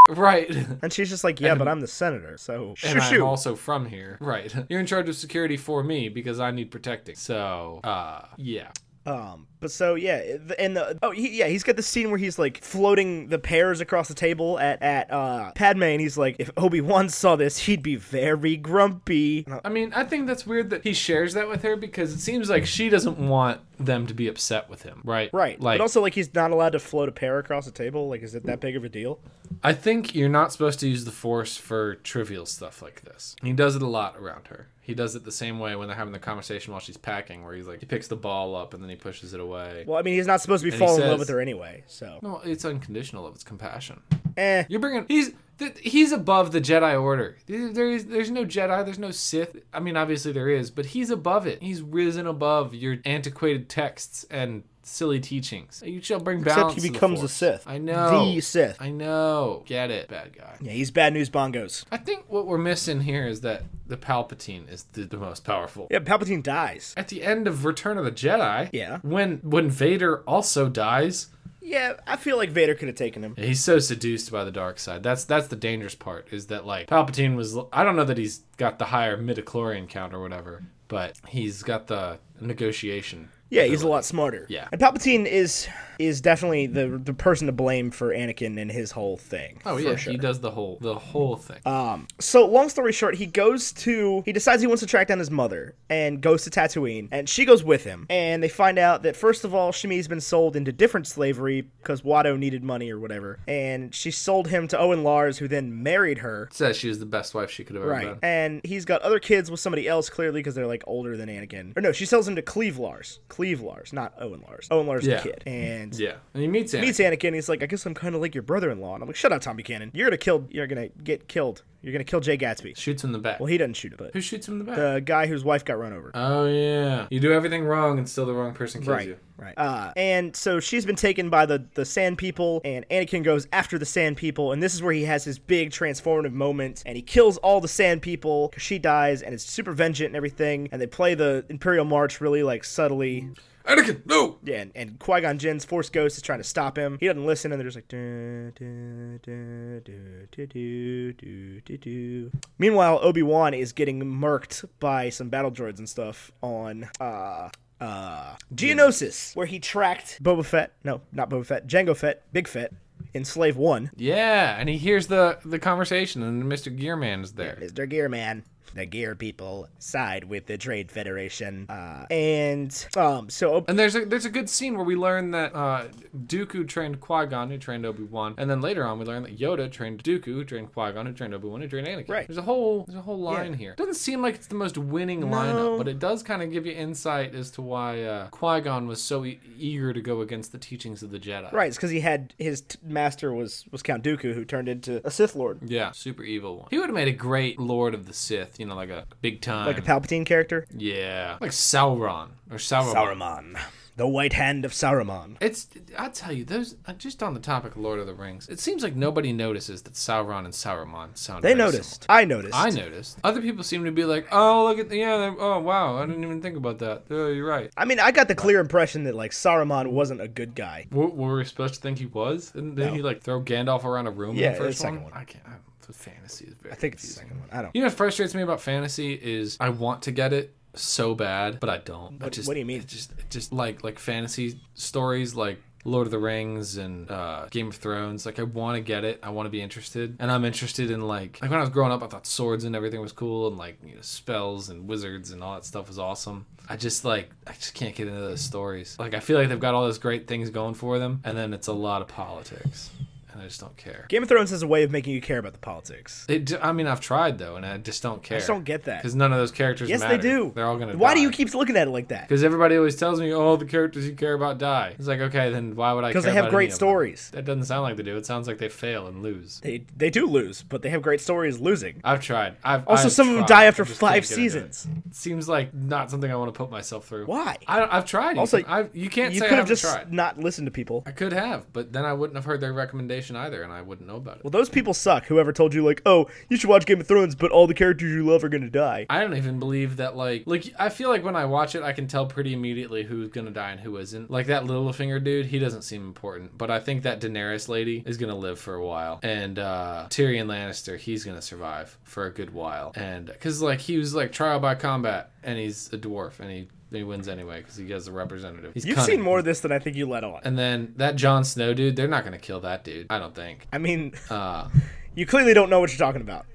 S1: right.
S2: and she's just like, yeah, but I'm the senator, so
S1: And
S2: shoo
S1: I'm
S2: shoo.
S1: also from here. Right. You're in charge of security for me because I need protecting. So, uh, yeah.
S2: Um, but so yeah, the- and the oh he, yeah, he's got the scene where he's like floating the pears across the table at at uh, Padme, and he's like, if Obi Wan saw this, he'd be very grumpy. And I-
S1: I mean, I think that's weird that he shares that with her because it seems like she doesn't want them to be upset with him, right?
S2: Right,
S1: Like,
S2: but also like he's not allowed to float a pear across the table. Like, is it that big of a deal?
S1: I think you're not supposed to use the force for trivial stuff like this. He does it a lot around her. He does it the same way when they're having the conversation while she's packing, where he's like, he picks the ball up and then he pushes it away.
S2: Well, I mean, he's not supposed to be
S1: And he
S2: falling in love
S1: says-
S2: with her anyway. So,
S1: No, it's unconditional of its compassion.
S2: eh.
S1: You're bringing he's th- he's above the Jedi Order. There there is there's no Jedi, there's no Sith. I mean, obviously there is, but he's above it. He's risen above your antiquated texts and silly teachings. You shall bring balance.
S2: he
S1: to the
S2: becomes a
S1: Force.
S2: Sith.
S1: I know.
S2: The Sith.
S1: I know. Get it, bad guy.
S2: Yeah, he's bad news bongos.
S1: I think what we're missing here is that the Palpatine is the, the most powerful.
S2: Yeah, Palpatine dies.
S1: At the end of Return of the Jedi,
S2: Yeah.
S1: when when Vader also dies,
S2: Yeah, I feel like Vader could have taken him.
S1: He's so seduced by the dark side. That's that's the dangerous part. Is that like Palpatine was? I don't know that he's got the higher midichlorian count or whatever, but he's got the negotiation.
S2: Yeah, he's a lot smarter.
S1: Yeah.
S2: and Palpatine is is definitely the the person to blame for Anakin and his whole thing.
S1: Oh
S2: for
S1: yeah,
S2: sure.
S1: he does the whole the whole thing.
S2: Um, so long story short, he goes to he decides he wants to track down his mother and goes to Tatooine, and she goes with him. And they find out that first of all, Shmi's been sold into different slavery because Watto needed money or whatever, and she sold him to Owen Lars, who then married her.
S1: Says she was the best wife she could have ever been.
S2: Right, and he's got other kids with somebody else clearly because they're like older than Anakin. Or no, she sells him to Cleve Lars, Cleve Lars, not Owen Lars. Owen Lars, is
S1: Yeah.
S2: the kid, and
S1: Yeah, and he meets Anakin.
S2: meets Anakin. He's like, I guess I'm kind of like your brother-in-law. And I'm like, shut up, Tom Buchanan. You're gonna kill. You're gonna get killed. You're gonna kill Jay Gatsby.
S1: shoots him in the back.
S2: Well, he doesn't shoot it, but
S1: Who shoots him in the back?
S2: the guy whose wife got run over.
S1: oh yeah, you do everything wrong and still the wrong person kills
S2: right.
S1: you.
S2: Right. Uh, and so she's been taken by the the Sand People, and Anakin goes after the Sand People, and this is where he has his big transformative moment, and he kills all the Sand People because she dies, and it's super vengeant and everything, and they play the Imperial March really like subtly,
S1: Anakin, no.
S2: Yeah, and, and Qui Gon Jinn's Force Ghost is trying to stop him. He doesn't listen, and they're just like. "Dun, dun, dun, dun, dun, dun, dun, dun, dun." Meanwhile, Obi Wan is getting murked by some battle droids and stuff on. Uh, uh, Geonosis, where he tracked Boba Fett. No, not Boba Fett. Django Fett, Big Fett, in Slave One.
S1: Yeah, and he hears the the conversation, and Mr. Gearman is there.
S2: Mr. Gearman. The Gear people side with the Trade Federation. Uh, and um, so
S1: And there's a there's a good scene where we learn that uh, Dooku trained Qui Gon, who trained Obi Wan, and then later on we learn that Yoda trained Dooku, who trained Qui Gon, who trained Obi Wan, who trained Anakin.
S2: Right.
S1: There's a whole there's a whole line here. Doesn't seem like it's the most winning lineup, but it does kind of give you insight as to why uh, Qui Gon was so e- eager to go against the teachings of the Jedi.
S2: Right, it's because he had his t- master was was Count Dooku, who turned into a Sith Lord,
S1: Yeah, super evil one. He would have made a great Lord of the Sith, you know, like a big time.
S2: like a Palpatine character.
S1: yeah, like Sauron or Sauron.
S2: Saruman. The White Hand of Saruman.
S1: It's I tell you those uh, just on the topic of Lord of the Rings. It seems like nobody notices that Sauron and Saruman sound.
S2: They
S1: very
S2: noticed. I noticed.
S1: similar. I noticed. Other people seem to be like, "Oh, look at the, yeah, they- oh wow, I didn't even think about that. Oh, you're right."
S2: I mean, I got the clear impression that like Saruman wasn't a good guy.
S1: What were we supposed to think he was? And then he like throw Gandalf around a room.
S2: Yeah,
S1: in the first
S2: the second
S1: one.
S2: one.
S1: I can't. I'm, the fantasy is very.
S2: I think it's the second one. I don't.
S1: You know what frustrates me about fantasy is I want to get it so bad, but I don't. I
S2: What-
S1: just,
S2: what do you mean?
S1: it just, it just like like fantasy stories like Lord of the Rings and uh, Game of Thrones. Like I want to get it. I want to be interested, and I'm interested in like like when I was growing up, I thought swords and everything was cool, and like you know spells and wizards and all that stuff was awesome. I just like I just can't get into those stories. Like I feel like they've got all those great things going for them, and then it's a lot of politics, and I just don't care.
S2: Game of Thrones has a way of making you care about the politics.
S1: It, I mean, I've tried though, and I just don't care.
S2: I just don't get that.
S1: Because none of those characters
S2: Yes,
S1: matter.
S2: they do.
S1: They're all gonna.
S2: Why do you keep looking at it like that?
S1: Because everybody always tells me, "Oh, the characters you care about die." It's like, okay, then why would I?
S2: 'Cause they
S1: care
S2: have
S1: about
S2: great
S1: any of them?
S2: stories.
S1: That doesn't sound like they do. It sounds like they fail and lose.
S2: They they do lose, but they have great stories losing.
S1: I've tried. I've
S2: Also,
S1: I've
S2: some of them
S1: tried.
S2: die
S1: I
S2: after
S1: just can't
S2: five
S1: get into it.
S2: seasons.
S1: It seems like not something I want to put myself through.
S2: Why?
S1: I, don't- I've tried.
S2: Also,
S1: Also, I've, you can't
S2: You
S1: say
S2: could
S1: I
S2: have
S1: haven't
S2: just
S1: tried.
S2: not listened to people.
S1: I could have, but then I wouldn't have heard their recommendation either, and I wouldn't know about it.
S2: Well, those people suck. Whoever told you like, oh, you should watch Game of Thrones, but all the characters you love are gonna die.
S1: I don't even believe that like like I feel like when I watch it I can tell pretty immediately who's gonna die and who isn't. Like that Littlefinger dude, he doesn't seem important, but I think that Daenerys lady is gonna live for a while, and uh, Tyrion Lannister he's gonna survive for a good while, and because like he was like trial by combat, and he's a dwarf, and he he wins anyway because he has a representative. He's
S2: You've
S1: cunning.
S2: seen more of this than I think you let on.
S1: And then that Jon Snow dude, they're not gonna kill that dude. I don't think.
S2: I mean,
S1: Uh,
S2: you clearly don't know what you're talking about.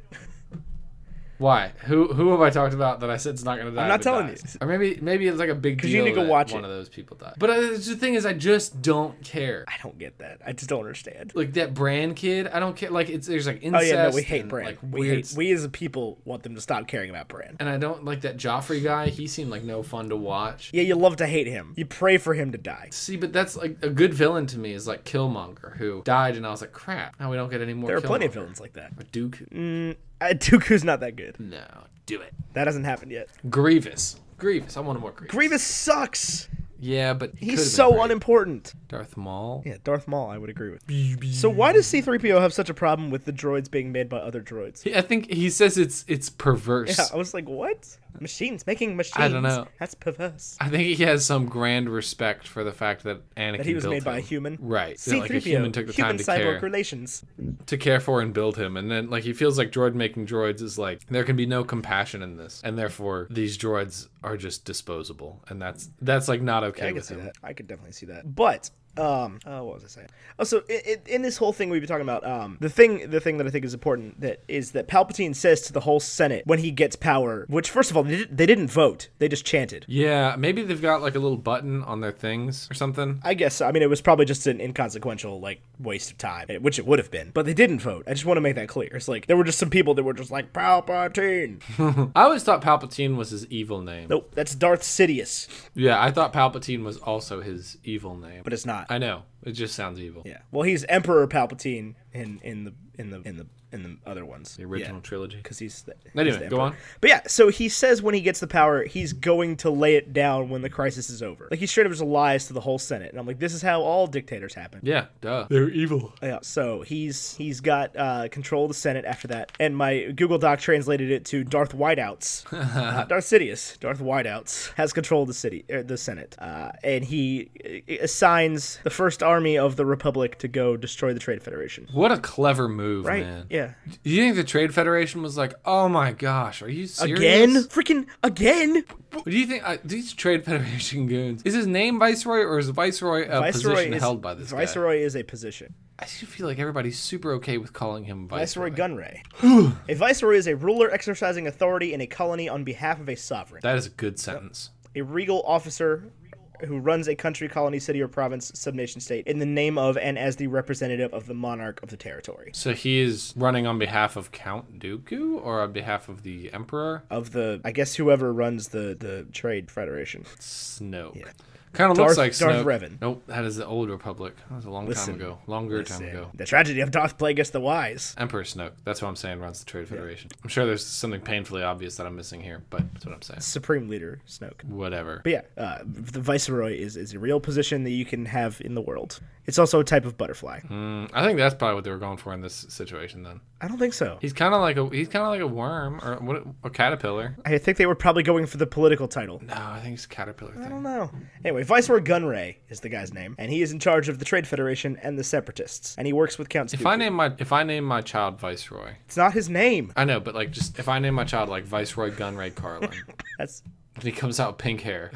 S1: Why? Who who have I talked about that I said is not going to die?
S2: not
S1: but
S2: telling
S1: dies?
S2: you.
S1: Or maybe maybe it's like a big deal.
S2: you need to
S1: that
S2: watch
S1: one
S2: it.
S1: of those people died. But I, the thing is, I just don't care.
S2: I don't get that. I just don't understand.
S1: Like that Bran kid, I don't care. Like it's there's like
S2: Oh
S1: incest.
S2: yeah, no, we hate
S1: and,
S2: Bran.
S1: Like
S2: we
S1: weird.
S2: hate. We as a people want them to stop caring about Bran.
S1: and I don't like that Joffrey guy. He seemed like no fun to watch.
S2: Yeah, you love to hate him. You pray for him to die.
S1: See, but that's like a good villain to me is like Killmonger, who died, and I was like, crap. Now we don't get any more.
S2: There are plenty of
S1: Killmonger.
S2: villains like that.
S1: Or Dooku.
S2: Uh, Dooku's not that good.
S1: No, do it.
S2: That hasn't happened yet.
S1: Grievous. Grievous. I want more Grievous.
S2: Grievous sucks.
S1: Yeah, but he could've
S2: He's
S1: been
S2: so
S1: great.
S2: unimportant.
S1: Darth Maul.
S2: Yeah, Darth Maul, I would agree with. So why does C-3PO have such a problem with the droids being made by other droids?
S1: I think he says it's it's perverse.
S2: Yeah, I was like, what? Machines making machines.
S1: know.
S2: That's perverse.
S1: I think he has some grand respect for the fact that Anakin
S2: That he was
S1: built
S2: made by a
S1: him.
S2: human.
S1: Right.
S2: C-3PO.
S1: So like a human took the time to
S2: cyborg
S1: care
S2: relations.
S1: to care for and build him, and then like he feels like droid making droids is like there can be no compassion in this, and therefore these droids are just disposable, and that's that's like not okay
S2: I could
S1: with
S2: see
S1: him.
S2: that. I could definitely see that. But um, oh, what was I saying? Oh, so i i in this whole thing we've been talking about, um, the thing, the thing that I think is important that is that Palpatine says to the whole Senate when he gets power, which first of all they, did, they didn't vote, they just chanted.
S1: Yeah, maybe they've got like a little button on their things or something.
S2: I guess I mean it was probably just an inconsequential like waste of time, eh, which it would have been. But they didn't vote. I just want to make that clear. It's like there were just some people that were just like Palpatine.
S1: I always thought Palpatine was his evil name.
S2: nope, that's Darth Sidious,
S1: Yeah, I thought Palpatine was also his evil name.
S2: but it's not.
S1: I know it just sounds evil.
S2: yeah. Well, he's Emperor Palpatine in in the in the in the in the other ones.
S1: The original trilogy.
S2: because he's the,
S1: Anyway,
S2: he's the
S1: go
S2: emperor.
S1: on.
S2: But yeah, so he says when he gets the power, he's going to lay it down when the crisis is over. Like he straight up just lies to the whole Senate, and I'm like, this is how all dictators happen.
S1: Yeah, duh. They're evil.
S2: Yeah, so he's he's got uh, control of the Senate after that, and my Google Doc translated it to Darth Whiteouts, not Darth Sidious. Darth Whiteouts has control of the city, er, the Senate, uh, and he uh, assigns the first army of the Republic to go destroy the Trade Federation.
S1: What a clever move,
S2: Right?
S1: man.
S2: Yeah.
S1: Do you think the Trade Federation was like, "Oh my gosh, are you serious?"
S2: Again, freaking again.
S1: Do you think uh, these Trade Federation goons? Is his name Viceroy or is Viceroy a position held by this guy?
S2: Viceroy is a position.
S1: I just feel like everybody's super okay with calling him Viceroy.
S2: Viceroy Gunray. a viceroy is a ruler exercising authority in a colony on behalf of a sovereign.
S1: That is a good sentence.
S2: A regal officer who runs a country, colony, city, or province, subnation state in the name of and as the representative of the monarch of the territory.
S1: So he is running on behalf of Count Dooku or on behalf of the Emperor
S2: Of the, I guess, whoever runs the, the trade federation.
S1: Snoke. Kind of looks
S2: Darth-
S1: like Snoke.
S2: Darth Revan.
S1: Nope, that is the old Republic. That was a long
S2: Listen,
S1: time ago. Longer time
S2: Listen,
S1: ago.
S2: The tragedy of Darth Plagueis the Wise.
S1: Emperor Snoke. That's what I'm saying. Runs the Trade Federation. I'm sure there's something painfully obvious that I'm missing here, but that's what I'm saying.
S2: Supreme Leader Snoke.
S1: Whatever.
S2: But yeah, uh, the Viceroy is, is a real position that you can have in the world. It's also a type of butterfly.
S1: Mm, I think that's probably what they were going for in this situation. Then
S2: I don't think so.
S1: he's kind of like a he's kind of like a worm or what a caterpillar.
S2: I think they were probably going for the political title.
S1: No, I think it's a caterpillar
S2: I
S1: thing.
S2: don't know. Anyway, Viceroy Gunray is the guy's name, and he is in charge of the Trade Federation and the Separatists, and he works with Count
S1: If I
S2: Dooku.
S1: name my if I name my child Viceroy,
S2: it's not his name.
S1: I know, but like just if I name my child like Viceroy Gunray Carlin,
S2: That's
S1: and he comes out with pink hair,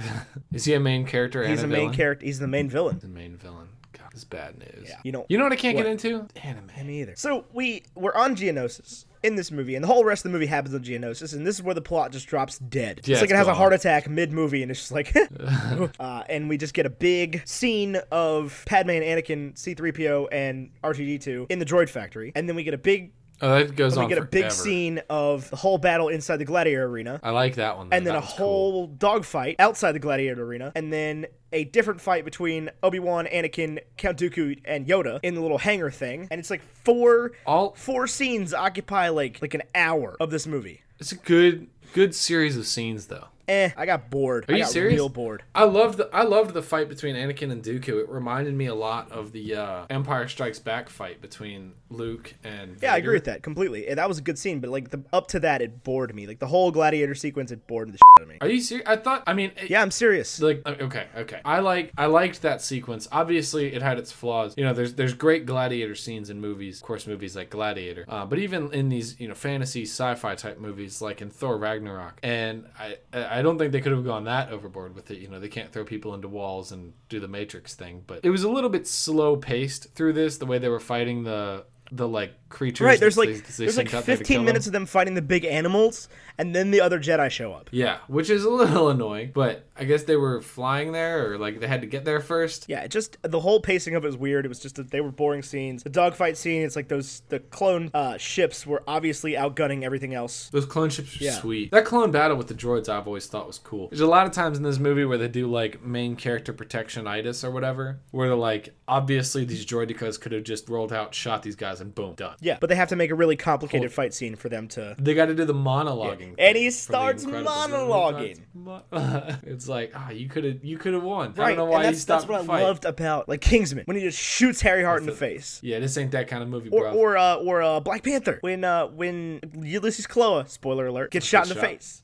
S1: is he a main character? And
S2: he's
S1: a
S2: the main
S1: villain?
S2: character. He's the main villain.
S1: The main villain. God, this is bad news.
S2: Yeah. You know-
S1: You know what I can't
S2: What?
S1: get into? Anime.
S2: Me either. So we we're on Geonosis in this movie, and the whole rest of the movie happens on Geonosis, and this is where the plot just drops dead.
S1: Yeah,
S2: it's like
S1: it's
S2: it has a
S1: gone.
S2: heart attack mid movie, and it's just like, uh, and we just get a big scene of Padme and Anakin, C-3PO, and R2D2 in the droid factory, and then we get a big
S1: Oh, that goes
S2: we
S1: on
S2: get a big
S1: forever.
S2: scene of the whole battle inside the gladiator arena.
S1: I like that one.
S2: and then
S1: Oh, That
S2: a
S1: was cool.
S2: whole dogfight outside the gladiator arena, and then a different fight between Obi Wan, Anakin, Count Dooku, and Yoda in the little hangar thing. And it's like four
S1: all.
S2: four scenes occupy like like an hour of this movie.
S1: It's a good good series of scenes though.
S2: Eh, I got bored.
S1: Are
S2: I
S1: you
S2: got
S1: serious?
S2: real bored.
S1: I loved the I loved the fight between Anakin and Dooku. It reminded me a lot of the uh, Empire Strikes Back fight between Luke and Vader.
S2: Yeah, I agree with that completely. Yeah, that was a good scene, but like the, up to that, it bored me. Like the whole gladiator sequence, it bored the shit out of me.
S1: Are you serious? I thought I mean it,
S2: Yeah, I'm serious.
S1: like uh, okay okay i like i liked that sequence obviously it had its flaws you know there's there's great gladiator scenes in movies of course movies like gladiator uh, but even in these you know fantasy sci-fi type movies like in thor ragnarok and i i I don't think they could have gone that overboard with it you know they can't throw people into walls and do the matrix thing but it was a little bit slow paced through this the way they were fighting the the like creatures
S2: Right, there's
S1: that
S2: like
S1: they- they
S2: there's like
S1: sent out there to
S2: 15
S1: kill them.
S2: minutes of them fighting the big animals, and then the other Jedi show up.
S1: yeah which is a little annoying but i guess they were flying there or like they had to get there first
S2: Yeah, it just the whole pacing of it was weird. It was just that they were boring scenes. The dogfight scene, it's like those the clone uh, ships were obviously outgunning everything else.
S1: Those clone ships are
S2: Yeah.
S1: sweet. That clone battle with the droids I've always thought was cool. There's a lot of times in this movie where they do like main character protectionitis or whatever, where they're like, obviously these droidicas could have just rolled out, shot these guys, and boom, done.
S2: Yeah, but they have to make a really complicated fight scene for them to.
S1: They got to do the monologuing,
S2: And
S1: thing
S2: he
S1: for the
S2: starts
S1: Incredibles.
S2: monologuing.
S1: Mo- it's like, ah, you could have, you could have won. I
S2: Right,
S1: don't know why
S2: and
S1: you
S2: that's,
S1: stopped
S2: that's what I
S1: the fight.
S2: loved about like Kingsman when he just shoots Harry Hart in the face,
S1: Yeah, this ain't that kind of movie,
S2: or
S1: bro.
S2: or uh, or uh, Black Panther when uh, when Ulysses Kloa, spoiler alert, gets shot in the
S1: shot.
S2: face.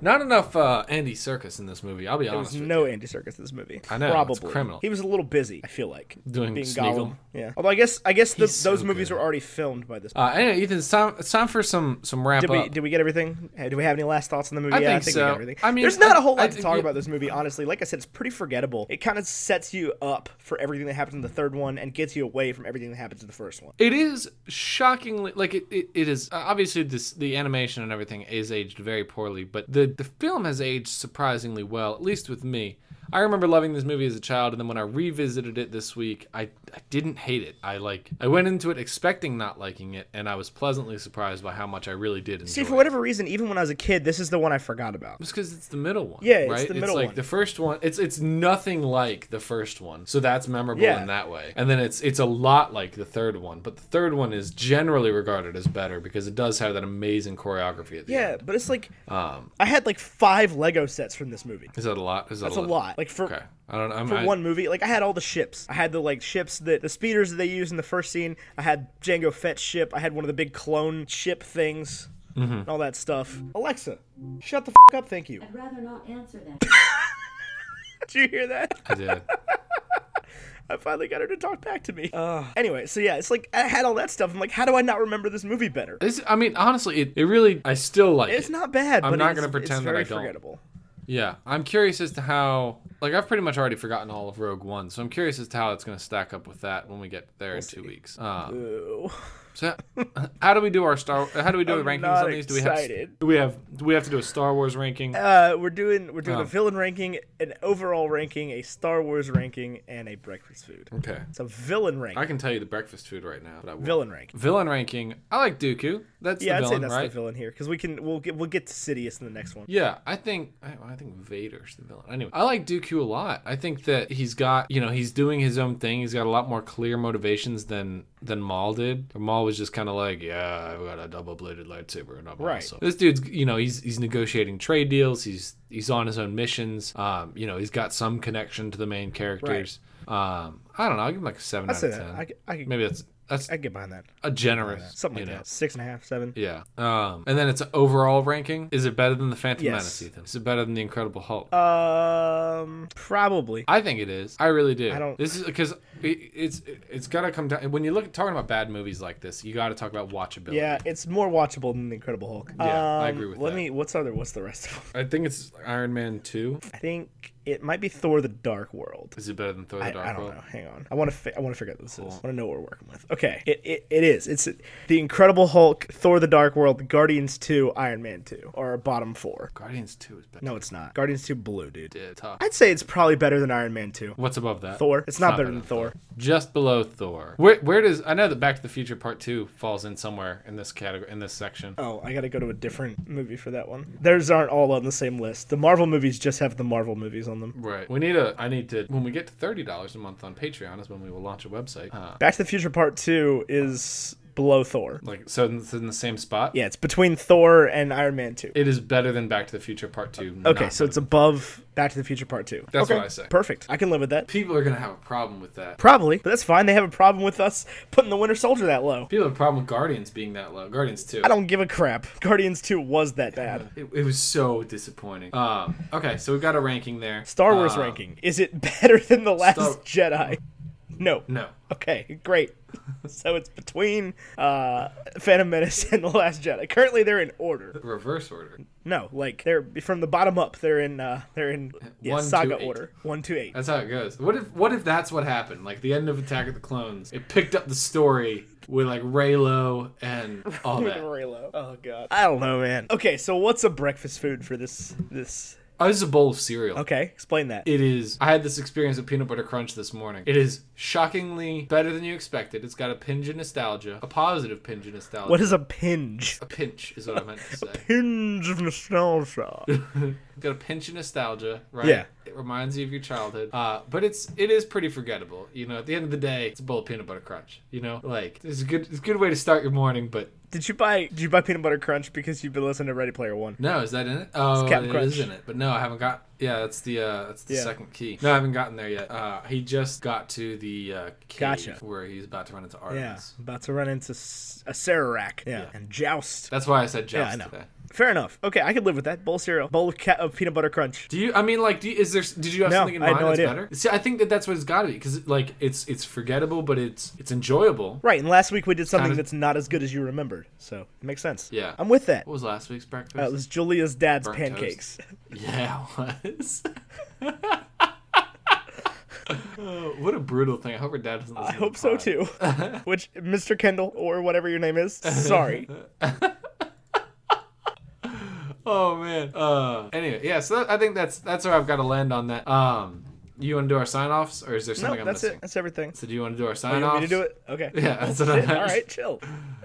S1: Not enough uh, Andy Circus in this movie. I'll be
S2: There
S1: honest.
S2: was
S1: with
S2: no Andy Circus in this movie.
S1: I know, it's
S2: probably
S1: criminal.
S2: He was a little busy. I feel like
S1: Doing Smeagol.
S2: Yeah, although I guess I guess the, those
S1: He's so
S2: movies
S1: good.
S2: were already filmed by this.
S1: you. Uh, anyway, Ethan, it's time, it's time for some some wrap
S2: Did
S1: up.
S2: we, did we get everything? Uh, Do we have any last thoughts on the movie?
S1: I
S2: yeah, I
S1: think
S2: think we
S1: so.
S2: got everything.
S1: I mean,
S2: there's not
S1: I-
S2: a whole lot
S1: I
S2: to
S1: think
S2: talk
S1: you-
S2: about this movie, honestly. Like I said, it's pretty forgettable. It kind of sets you up for everything that happens in the third one and gets you away from everything that happens in the first one.
S1: It is shockingly like it, it, it is uh, obviously this the animation and everything is aged very poorly, but the the film has aged surprisingly well, at least with me. I remember loving this movie as a child, and then when I revisited it this week, I, I didn't hate it. I like I went into it expecting not liking it, and I was pleasantly surprised by how much I really did enjoy.
S2: See, for
S1: it.
S2: whatever reason, even when I was a kid, this is the one I forgot about.
S1: It's because it's the middle one.
S2: Yeah, it's
S1: right?
S2: the middle
S1: like
S2: one.
S1: the first one. It's it's nothing like the first one, so that's memorable
S2: Yeah.
S1: in that way. And then it's it's a lot like the third one, but the third one is generally regarded as better because it does have that amazing choreography at the
S2: Yeah,
S1: end.
S2: but it's like
S1: Um,
S2: I had like five Lego sets from this movie.
S1: is that a lot? Is that
S2: That's a lot. Like for
S1: Okay, I don't. I'm,
S2: for
S1: I,
S2: one movie. Like I had all the ships. I had the like ships that the speeders that they use in the first scene. I had Django Fett's ship. I had one of the big clone ship things.
S1: Mm-hmm.
S2: and All that stuff. Alexa, shut the f- up. Thank you.
S4: I'd rather not answer that.
S2: Did you hear that?
S1: I did.
S2: I finally got her to talk back to me. Anyway, so yeah, it's like I had all that stuff. I'm like, how do I not remember this movie better?
S1: It's, I mean, honestly, it, it really. I still like
S2: It's
S1: it.
S2: not bad.
S1: I'm
S2: but
S1: not
S2: it's-
S1: gonna pretend
S2: it's
S1: that
S2: very
S1: I don't.
S2: Forgettable.
S1: Yeah, I'm curious as to how. Like I've pretty much already forgotten all of Rogue One, so I'm curious as to how it's going to stack up with that when we get there in two weeks. Um,
S2: Ooh.
S1: So, how do we do our star? How do we do
S2: I'm
S1: the rankings
S2: not
S1: on these? Do we
S2: excited.
S1: have? Do we have? Do we have to do a Star Wars ranking?
S2: Uh, we're doing we're doing
S1: Oh.
S2: a villain ranking, an overall ranking, a Star Wars ranking, and a breakfast food.
S1: Okay,
S2: It's a villain rank.
S1: I can tell you the breakfast food right now. But I won't.
S2: Villain rank.
S1: Villain ranking. I like Dooku. That's the
S2: Yeah, I'd say
S1: villain,
S2: that's
S1: right?
S2: the villain here because we can we'll get we'll get to Sidious in the next one.
S1: Yeah, I think I, I think Vader's the villain. Anyway, I like Dooku you a lot. I think that he's got, you know, he's doing his own thing. He's got a lot more clear motivations than than Maul did. Maul was just kind of like, yeah, I've got a double bladed lightsaber and I'm
S2: Right.
S1: awesome. This dude's, you know, he's he's negotiating trade deals. He's he's on his own missions. Um, you know, he's got some connection to the main characters. Um, I don't know. I give him like a seven
S2: I
S1: out of
S2: said
S1: ten.
S2: that. I, could- I, could-
S1: Maybe that's that's
S2: I could get behind that.
S1: a generous
S2: Something
S1: you
S2: like
S1: know.
S2: that. Six and a half, seven.
S1: Yeah. Um, and then it's overall ranking. Is it better than the Phantom
S2: Yes.
S1: Menace? Ethan? Is it better than the Incredible Hulk?
S2: Um, probably.
S1: I think it is. I really do.
S2: I don't-
S1: This is because it, it's it's gotta come down. When you look talking about bad movies like this, you gotta talk about watchability.
S2: Yeah, it's more watchable than The Incredible Hulk.
S1: Yeah, I
S2: Um,
S1: agree with
S2: let
S1: that.
S2: me. What's other? What's the rest of them?
S1: I think it's Iron Man Two.
S2: I think it might be Thor: The Dark World.
S1: Is it better than Thor: The
S2: I,
S1: Dark
S2: I don't
S1: World?
S2: know. Hang on. I want to. Fi- I want to figure out what this is. I want to know what we're working with. Okay. It, it, it is. It's the Incredible Hulk, Thor: The Dark World, Guardians Two, Iron Man Two, or bottom four.
S1: Guardians Two is better.
S2: No, it's not. Guardians Two Blue, dude.
S1: Yeah, tough.
S2: I'd say it's probably better than Iron Man Two.
S1: What's above that?
S2: Thor. It's not, better than Thor.
S1: Just below Thor. Where where does I know that Back to the Future Part Two falls in somewhere in this category in this section.
S2: Oh, I gotta go to a different movie for that one. Theirs aren't all on the same list. The Marvel movies just have the Marvel movies on them.
S1: Right. We need a. I need to. When we get to thirty dollars a month on Patreon is when we will launch a website. Uh,
S2: Back to the Future Part Two is below Thor.
S1: like so, it's in the same spot.
S2: Yeah, it's between Thor and Iron Man Two.
S1: It is better than Back to the Future Part Two.
S2: Okay,
S1: not
S2: so it's above Back to the Future Part Two.
S1: That's
S2: okay,
S1: what I say.
S2: Perfect. I can live with that.
S1: People are gonna have a problem with that.
S2: Probably, but that's fine. They have a problem with us putting the Winter Soldier that low.
S1: People have a problem with Guardians being that low. Guardians too.
S2: I don't give a crap. Guardians Two was that bad.
S1: It, it was so disappointing. Um. Okay, so we got a ranking there.
S2: Star Wars
S1: Um,
S2: ranking. Is it better than The Last
S1: Star-
S2: Jedi? No.
S1: No.
S2: Okay, great. so it's between uh, Phantom Menace and The Last Jedi. Currently, they're in order.
S1: Reverse order.
S2: No, like they're from the bottom up. They're in uh, they're in yeah,
S1: One, two,
S2: saga
S1: eight.
S2: order. One, two, eight.
S1: That's how it goes. What if what if that's what happened? Like the end of Attack of the Clones, it picked up the story with like Raylo and all
S2: With
S1: that.
S2: Raylo. Oh god. I don't know, man. Okay, so what's a breakfast food for this this?
S1: Oh, this is a bowl of cereal.
S2: Okay, explain that.
S1: It is. I had this experience with peanut butter crunch this morning. It is shockingly better than you expected. It's got a pinch of nostalgia, a positive pinch of nostalgia.
S2: What is a pinge?
S1: a pinch? Is what I meant to say.
S2: Pinge of nostalgia.
S1: It's got a pinch of nostalgia, right?
S2: Yeah.
S1: It reminds you of your childhood. Uh, but it's it is pretty forgettable. You know, at the end of the day, it's a bowl of peanut butter crunch. You know, like it's a good it's a good way to start your morning. But
S2: did you buy Did you buy peanut butter crunch because you've been listening to Ready Player One?
S1: no, is that in it? Oh,
S2: Cap'n
S1: it
S2: Crunch.
S1: is in it. But no, I haven't got. Yeah, that's the uh, that's the
S2: Yeah.
S1: second key. No, I haven't gotten there yet. Uh, he just got to the uh, cave
S2: Gotcha.
S1: where he's about to run into Artemis.
S2: Yeah, about to run into s- a Sararak. Yeah. and joust.
S1: That's why I said
S2: Yeah, I
S1: joust
S2: know.
S1: today.
S2: Fair enough. Okay, I could live with that. Bowl of cereal, bowl of, ca- of peanut butter crunch.
S1: Do you? I mean, like, do you, is there? Did you have
S2: No,
S1: something in
S2: I had
S1: mind
S2: no
S1: that's
S2: idea.
S1: better? See, I think that that's what it's got to be because, like, it's it's forgettable, but it's it's enjoyable.
S2: Right, and last week we did something
S1: Kinda-
S2: that's not as good as you remembered, so it makes sense.
S1: Yeah.
S2: I'm with that.
S1: What was last week's breakfast?
S2: Uh, it was Julia's dad's
S1: Burnt
S2: pancakes.
S1: yeah, it was. Oh, what a brutal thing! I hope her dad doesn't. Listen
S2: I hope so too. Which, Mr. Kendall or whatever your name is, sorry.
S1: Oh man. Uh. Anyway, yeah. So that, I think that's that's where I've got to land on that. Um. You want to do our sign offs, or is there
S2: no,
S1: something I'm
S2: that's
S1: missing?
S2: it. That's everything.
S1: So do you want to do our
S2: You
S1: sign
S2: want
S1: offs?
S2: me to do it? Okay.
S1: Yeah, that's what I
S2: Shit,
S1: meant.
S2: All right, chill.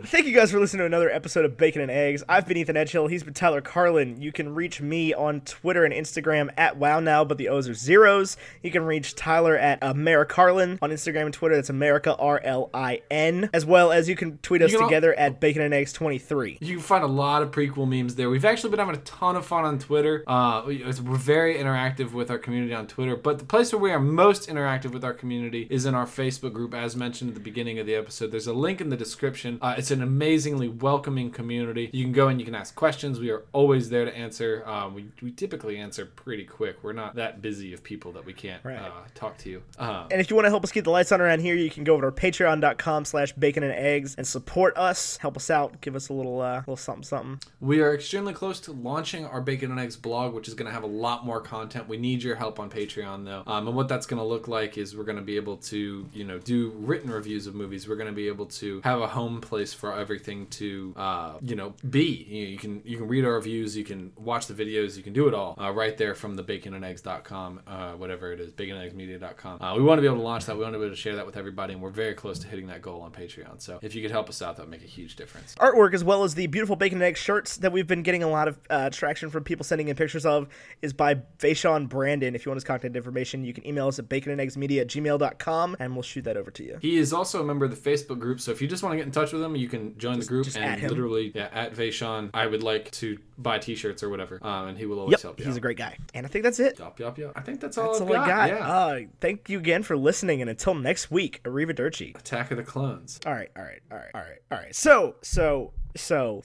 S2: Thank you guys for listening to another episode of Bacon and Eggs. I've been Ethan Edgehill. He's been Tyler Carlin. You can reach me on Twitter and Instagram at Wow Now, but the O's are zeros. You can reach Tyler at Amera Carlin on Instagram and Twitter. That's America R L I N. As well as you can tweet us
S1: can al-
S2: together at Bacon and Eggs twenty three.
S1: You can find a lot of prequel memes there. We've actually been having a ton of fun on Twitter. Uh, we- it's- we're very interactive with our community on Twitter, but the place where we are most interactive with our community is in our Facebook group, as mentioned at the beginning of the episode. There's a link in the description. Uh, it's an amazingly welcoming community. You can go and you can ask questions. We are always there to answer. Uh, we, we typically answer pretty quick. We're not that busy of people that we can't uh, talk to you. Uh,
S2: And if you want to help us keep the lights on around here, you can go over to our patreon.com slash bacon and eggs and support us. Help us out. Give us a little uh, little something something.
S1: We are extremely close to launching our Bacon and Eggs blog, which is going to have a lot more content. We need your help on Patreon, though. Um, and what that's going to look like is we're going to be able to, you know, do written reviews of movies. We're going to be able to have a home place for everything to, uh, you know, be. You, you can you can read our reviews, you can watch the videos, you can do it all uh, right there from the baconandeggs.com, uh, whatever it is, baconandeggsmedia.com. Uh, we want to be able to launch that. We want to be able to share that with everybody, and we're very close to hitting that goal on Patreon. So if you could help us out, that would make a huge difference.
S2: artwork as well as the beautiful bacon and egg shirts that we've been getting a lot of uh, traction from people sending in pictures of is by Vaishon Brandon. If you want his contact information, you can email us at baconandeggsmedia at gmail.com and we'll shoot that over to you.
S1: He is also a member of the Facebook group, so if you just want to get in touch with him, you can join the group
S2: just at
S1: and
S2: him.
S1: literally yeah, at Vaishon. I would like to buy T-shirts or whatever, um, and he will always
S2: Yep,
S1: help you.
S2: he's
S1: out.
S2: a great guy. And I think that's it.
S1: Yup, yup, yup. I think that's all
S2: That's
S1: I've
S2: all I
S1: got.
S2: got.
S1: Yeah.
S2: Uh, thank you again for listening, and until next week, arrivederci.
S1: Attack of the Clones.
S2: All right, all right, all right, all right, all right. So, so, so,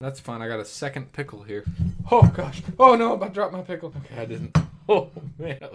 S1: That's fun. I got a second pickle here. Oh gosh. Oh no, I about dropped my pickle. Okay, I didn't. Oh man. that was-